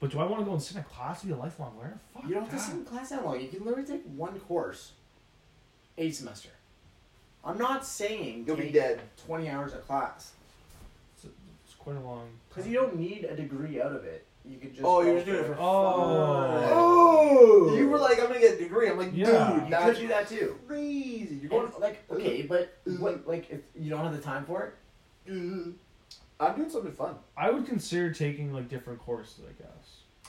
S3: But do I want to go and sit in a class to be a lifelong learner? Fuck
S2: You don't have to
S3: that.
S2: sit in class that long. You can literally take one course, a semester. I'm not saying
S1: You'll be
S2: take
S1: dead.
S2: twenty hours of class
S3: It's, it's quite a long.
S2: because you don't need a degree out of it. You could just
S1: Oh,
S2: go
S1: you're just doing it for
S3: Oh.
S2: Oh,
S1: You were like, I'm gonna get a degree. I'm like,
S3: Yeah.
S1: dude,
S2: you could
S1: that's
S2: do that too.
S1: crazy. You're going.
S2: And, like okay, but what like if you don't have the time for it?
S1: I'm doing something fun.
S3: I would consider taking like different courses, I guess.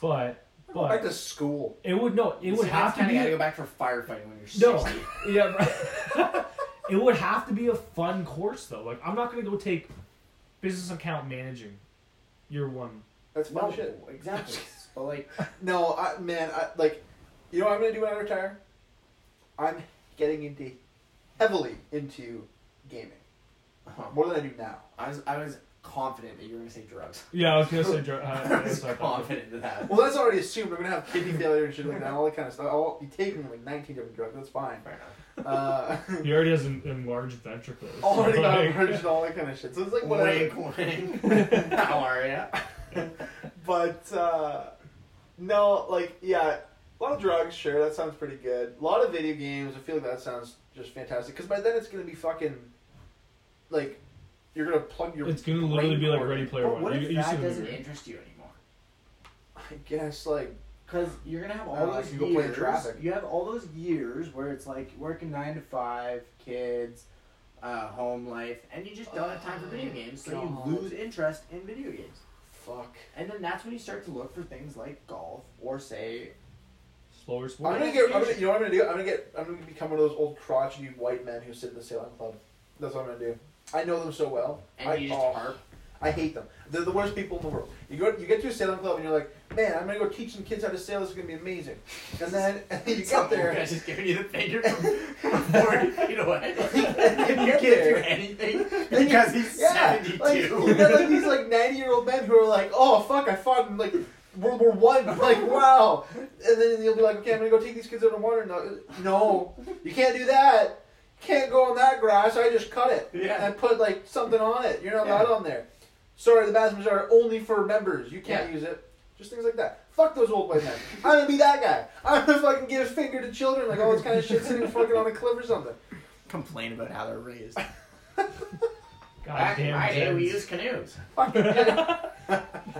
S3: But
S1: Go back
S3: but
S1: to school.
S3: it would no, it would
S2: See,
S3: have
S2: that's
S3: to
S2: kinda
S3: be
S2: gotta go back for firefighting when you're
S3: No.
S2: sixty.
S3: *laughs* yeah, right. *laughs* it would have to be a fun course though. Like I'm not gonna go take business account managing year one.
S1: That's fun
S2: No,
S1: shit.
S2: *laughs* exactly. But like,
S1: No, I, man, I, like, you know what I'm gonna do when I retire? I'm getting into heavily into gaming more than I do now.
S2: I was I was confident that you were gonna say *laughs* drugs.
S3: Yeah, I was gonna say.
S2: *laughs*
S3: dr-
S2: I
S3: Uh,
S2: was
S3: sorry, fuck.
S2: confident of that.
S1: Well, that's already assumed. I'm gonna have kidney failure and shit like that, and all that kind of stuff. I'll be taking like 19 different drugs. That's
S2: *laughs*
S1: fine.
S2: Fair enough.
S1: Uh, *laughs*
S3: He already has an enlarged ventricles.
S1: already got
S3: Like-
S1: merged and all that kind of shit. So it's like whatever.
S2: Wink, wink. *laughs* How are ya?
S1: But uh, no, like yeah, a lot of drugs. Sure, that sounds pretty good. A lot of video games. I feel like that sounds just fantastic. Because by then it's gonna be fucking like you're gonna plug your.
S3: *laughs* It's gonna literally
S1: brain
S3: be like
S1: cord
S3: Ready
S1: in.
S3: Player
S2: But
S3: One.
S2: what
S3: You-
S2: if
S3: you see
S2: that
S3: the
S2: doesn't
S3: movie.
S2: interest you anymore?
S1: I guess like
S2: Because you're gonna have all
S1: Uh, I
S2: those
S1: can
S2: years.
S1: go play in traffic.
S2: You have all those years where it's like working nine to five, kids, uh, home life, and you just don't have time for video games, so
S1: God.
S2: you lose interest in video games.
S1: fuck.
S2: And then that's when you start to look for things like golf or say
S3: Slower
S1: I'm
S3: sport.
S1: gonna get. I'm gonna, you know what I'm gonna do? I'm gonna get. I'm gonna become one of those old crotchety white men who sit in the sailing club. That's what I'm gonna do. I know them so well.
S2: and
S1: I,
S2: you just
S1: oh,
S2: harp.
S1: I hate them. They're the worst people in the world. You go, you get to a sailing club, and you're like, man, I'm gonna go teach some kids how to sail. This is gonna be amazing. And then, *laughs* and then you
S2: Some
S1: get
S2: old
S1: there,
S2: guy's just giving you the finger from forty feet away.
S1: *laughs* you
S2: and you
S1: get
S2: can't
S1: there.
S2: do anything because
S1: *laughs*
S2: he's
S1: yeah, like,
S2: seventy-two.
S1: you got, like
S2: *laughs*
S1: these like 90 year old men who are like, oh fuck, I fought in like World War One, *laughs* like wow. And then you'll be like, okay, I'm gonna go take these kids out on water. No, no, you can't do that. Can't go on that grass. I just cut it
S2: Yeah.
S1: and put like something on it. You're not
S2: Yeah.
S1: allowed on there. Sorry, the bathrooms are only for members. You can't
S2: Yeah.
S1: use it. Just things like that. Fuck those old white men. I'm gonna be that guy. I'm gonna fucking give a finger to children like all this kind of shit sitting fucking on a cliff or something.
S2: Complain about how they're raised.
S3: God damn it.
S2: canoes.
S1: Fucking
S2: *laughs*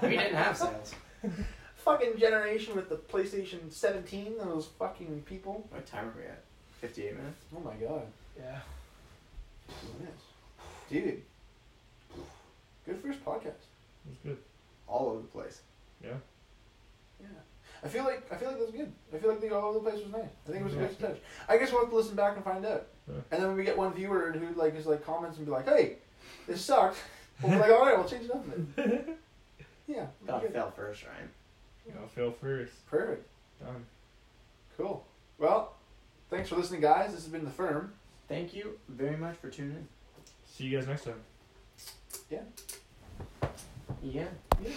S2: We didn't have sails.
S1: fucking generation with the PlayStation 17, those fucking people.
S2: What time are we at? 58 minutes?
S1: Oh my god.
S3: Yeah.
S1: Dude. Good first podcast.
S3: That's good.
S2: All over the place.
S1: Yeah. I feel like I feel like that's good. I feel like the all over the place was nice. I think it was a good touch. I guess we'll have to listen back and find out.
S3: Yeah.
S1: And then when we get one viewer who like is like comments and be like, Hey, this sucked we'll be like, Alright, we'll change it up then.
S3: *laughs*
S1: Yeah. we'll
S2: Gotta
S1: be good.
S2: fail first, right?
S3: You know, fail first.
S1: Perfect.
S3: Done.
S1: Cool. Well, thanks for listening guys. This has been the firm.
S2: Thank you very much for tuning
S3: See you guys next time.
S2: in. Yeah.
S1: Yeah.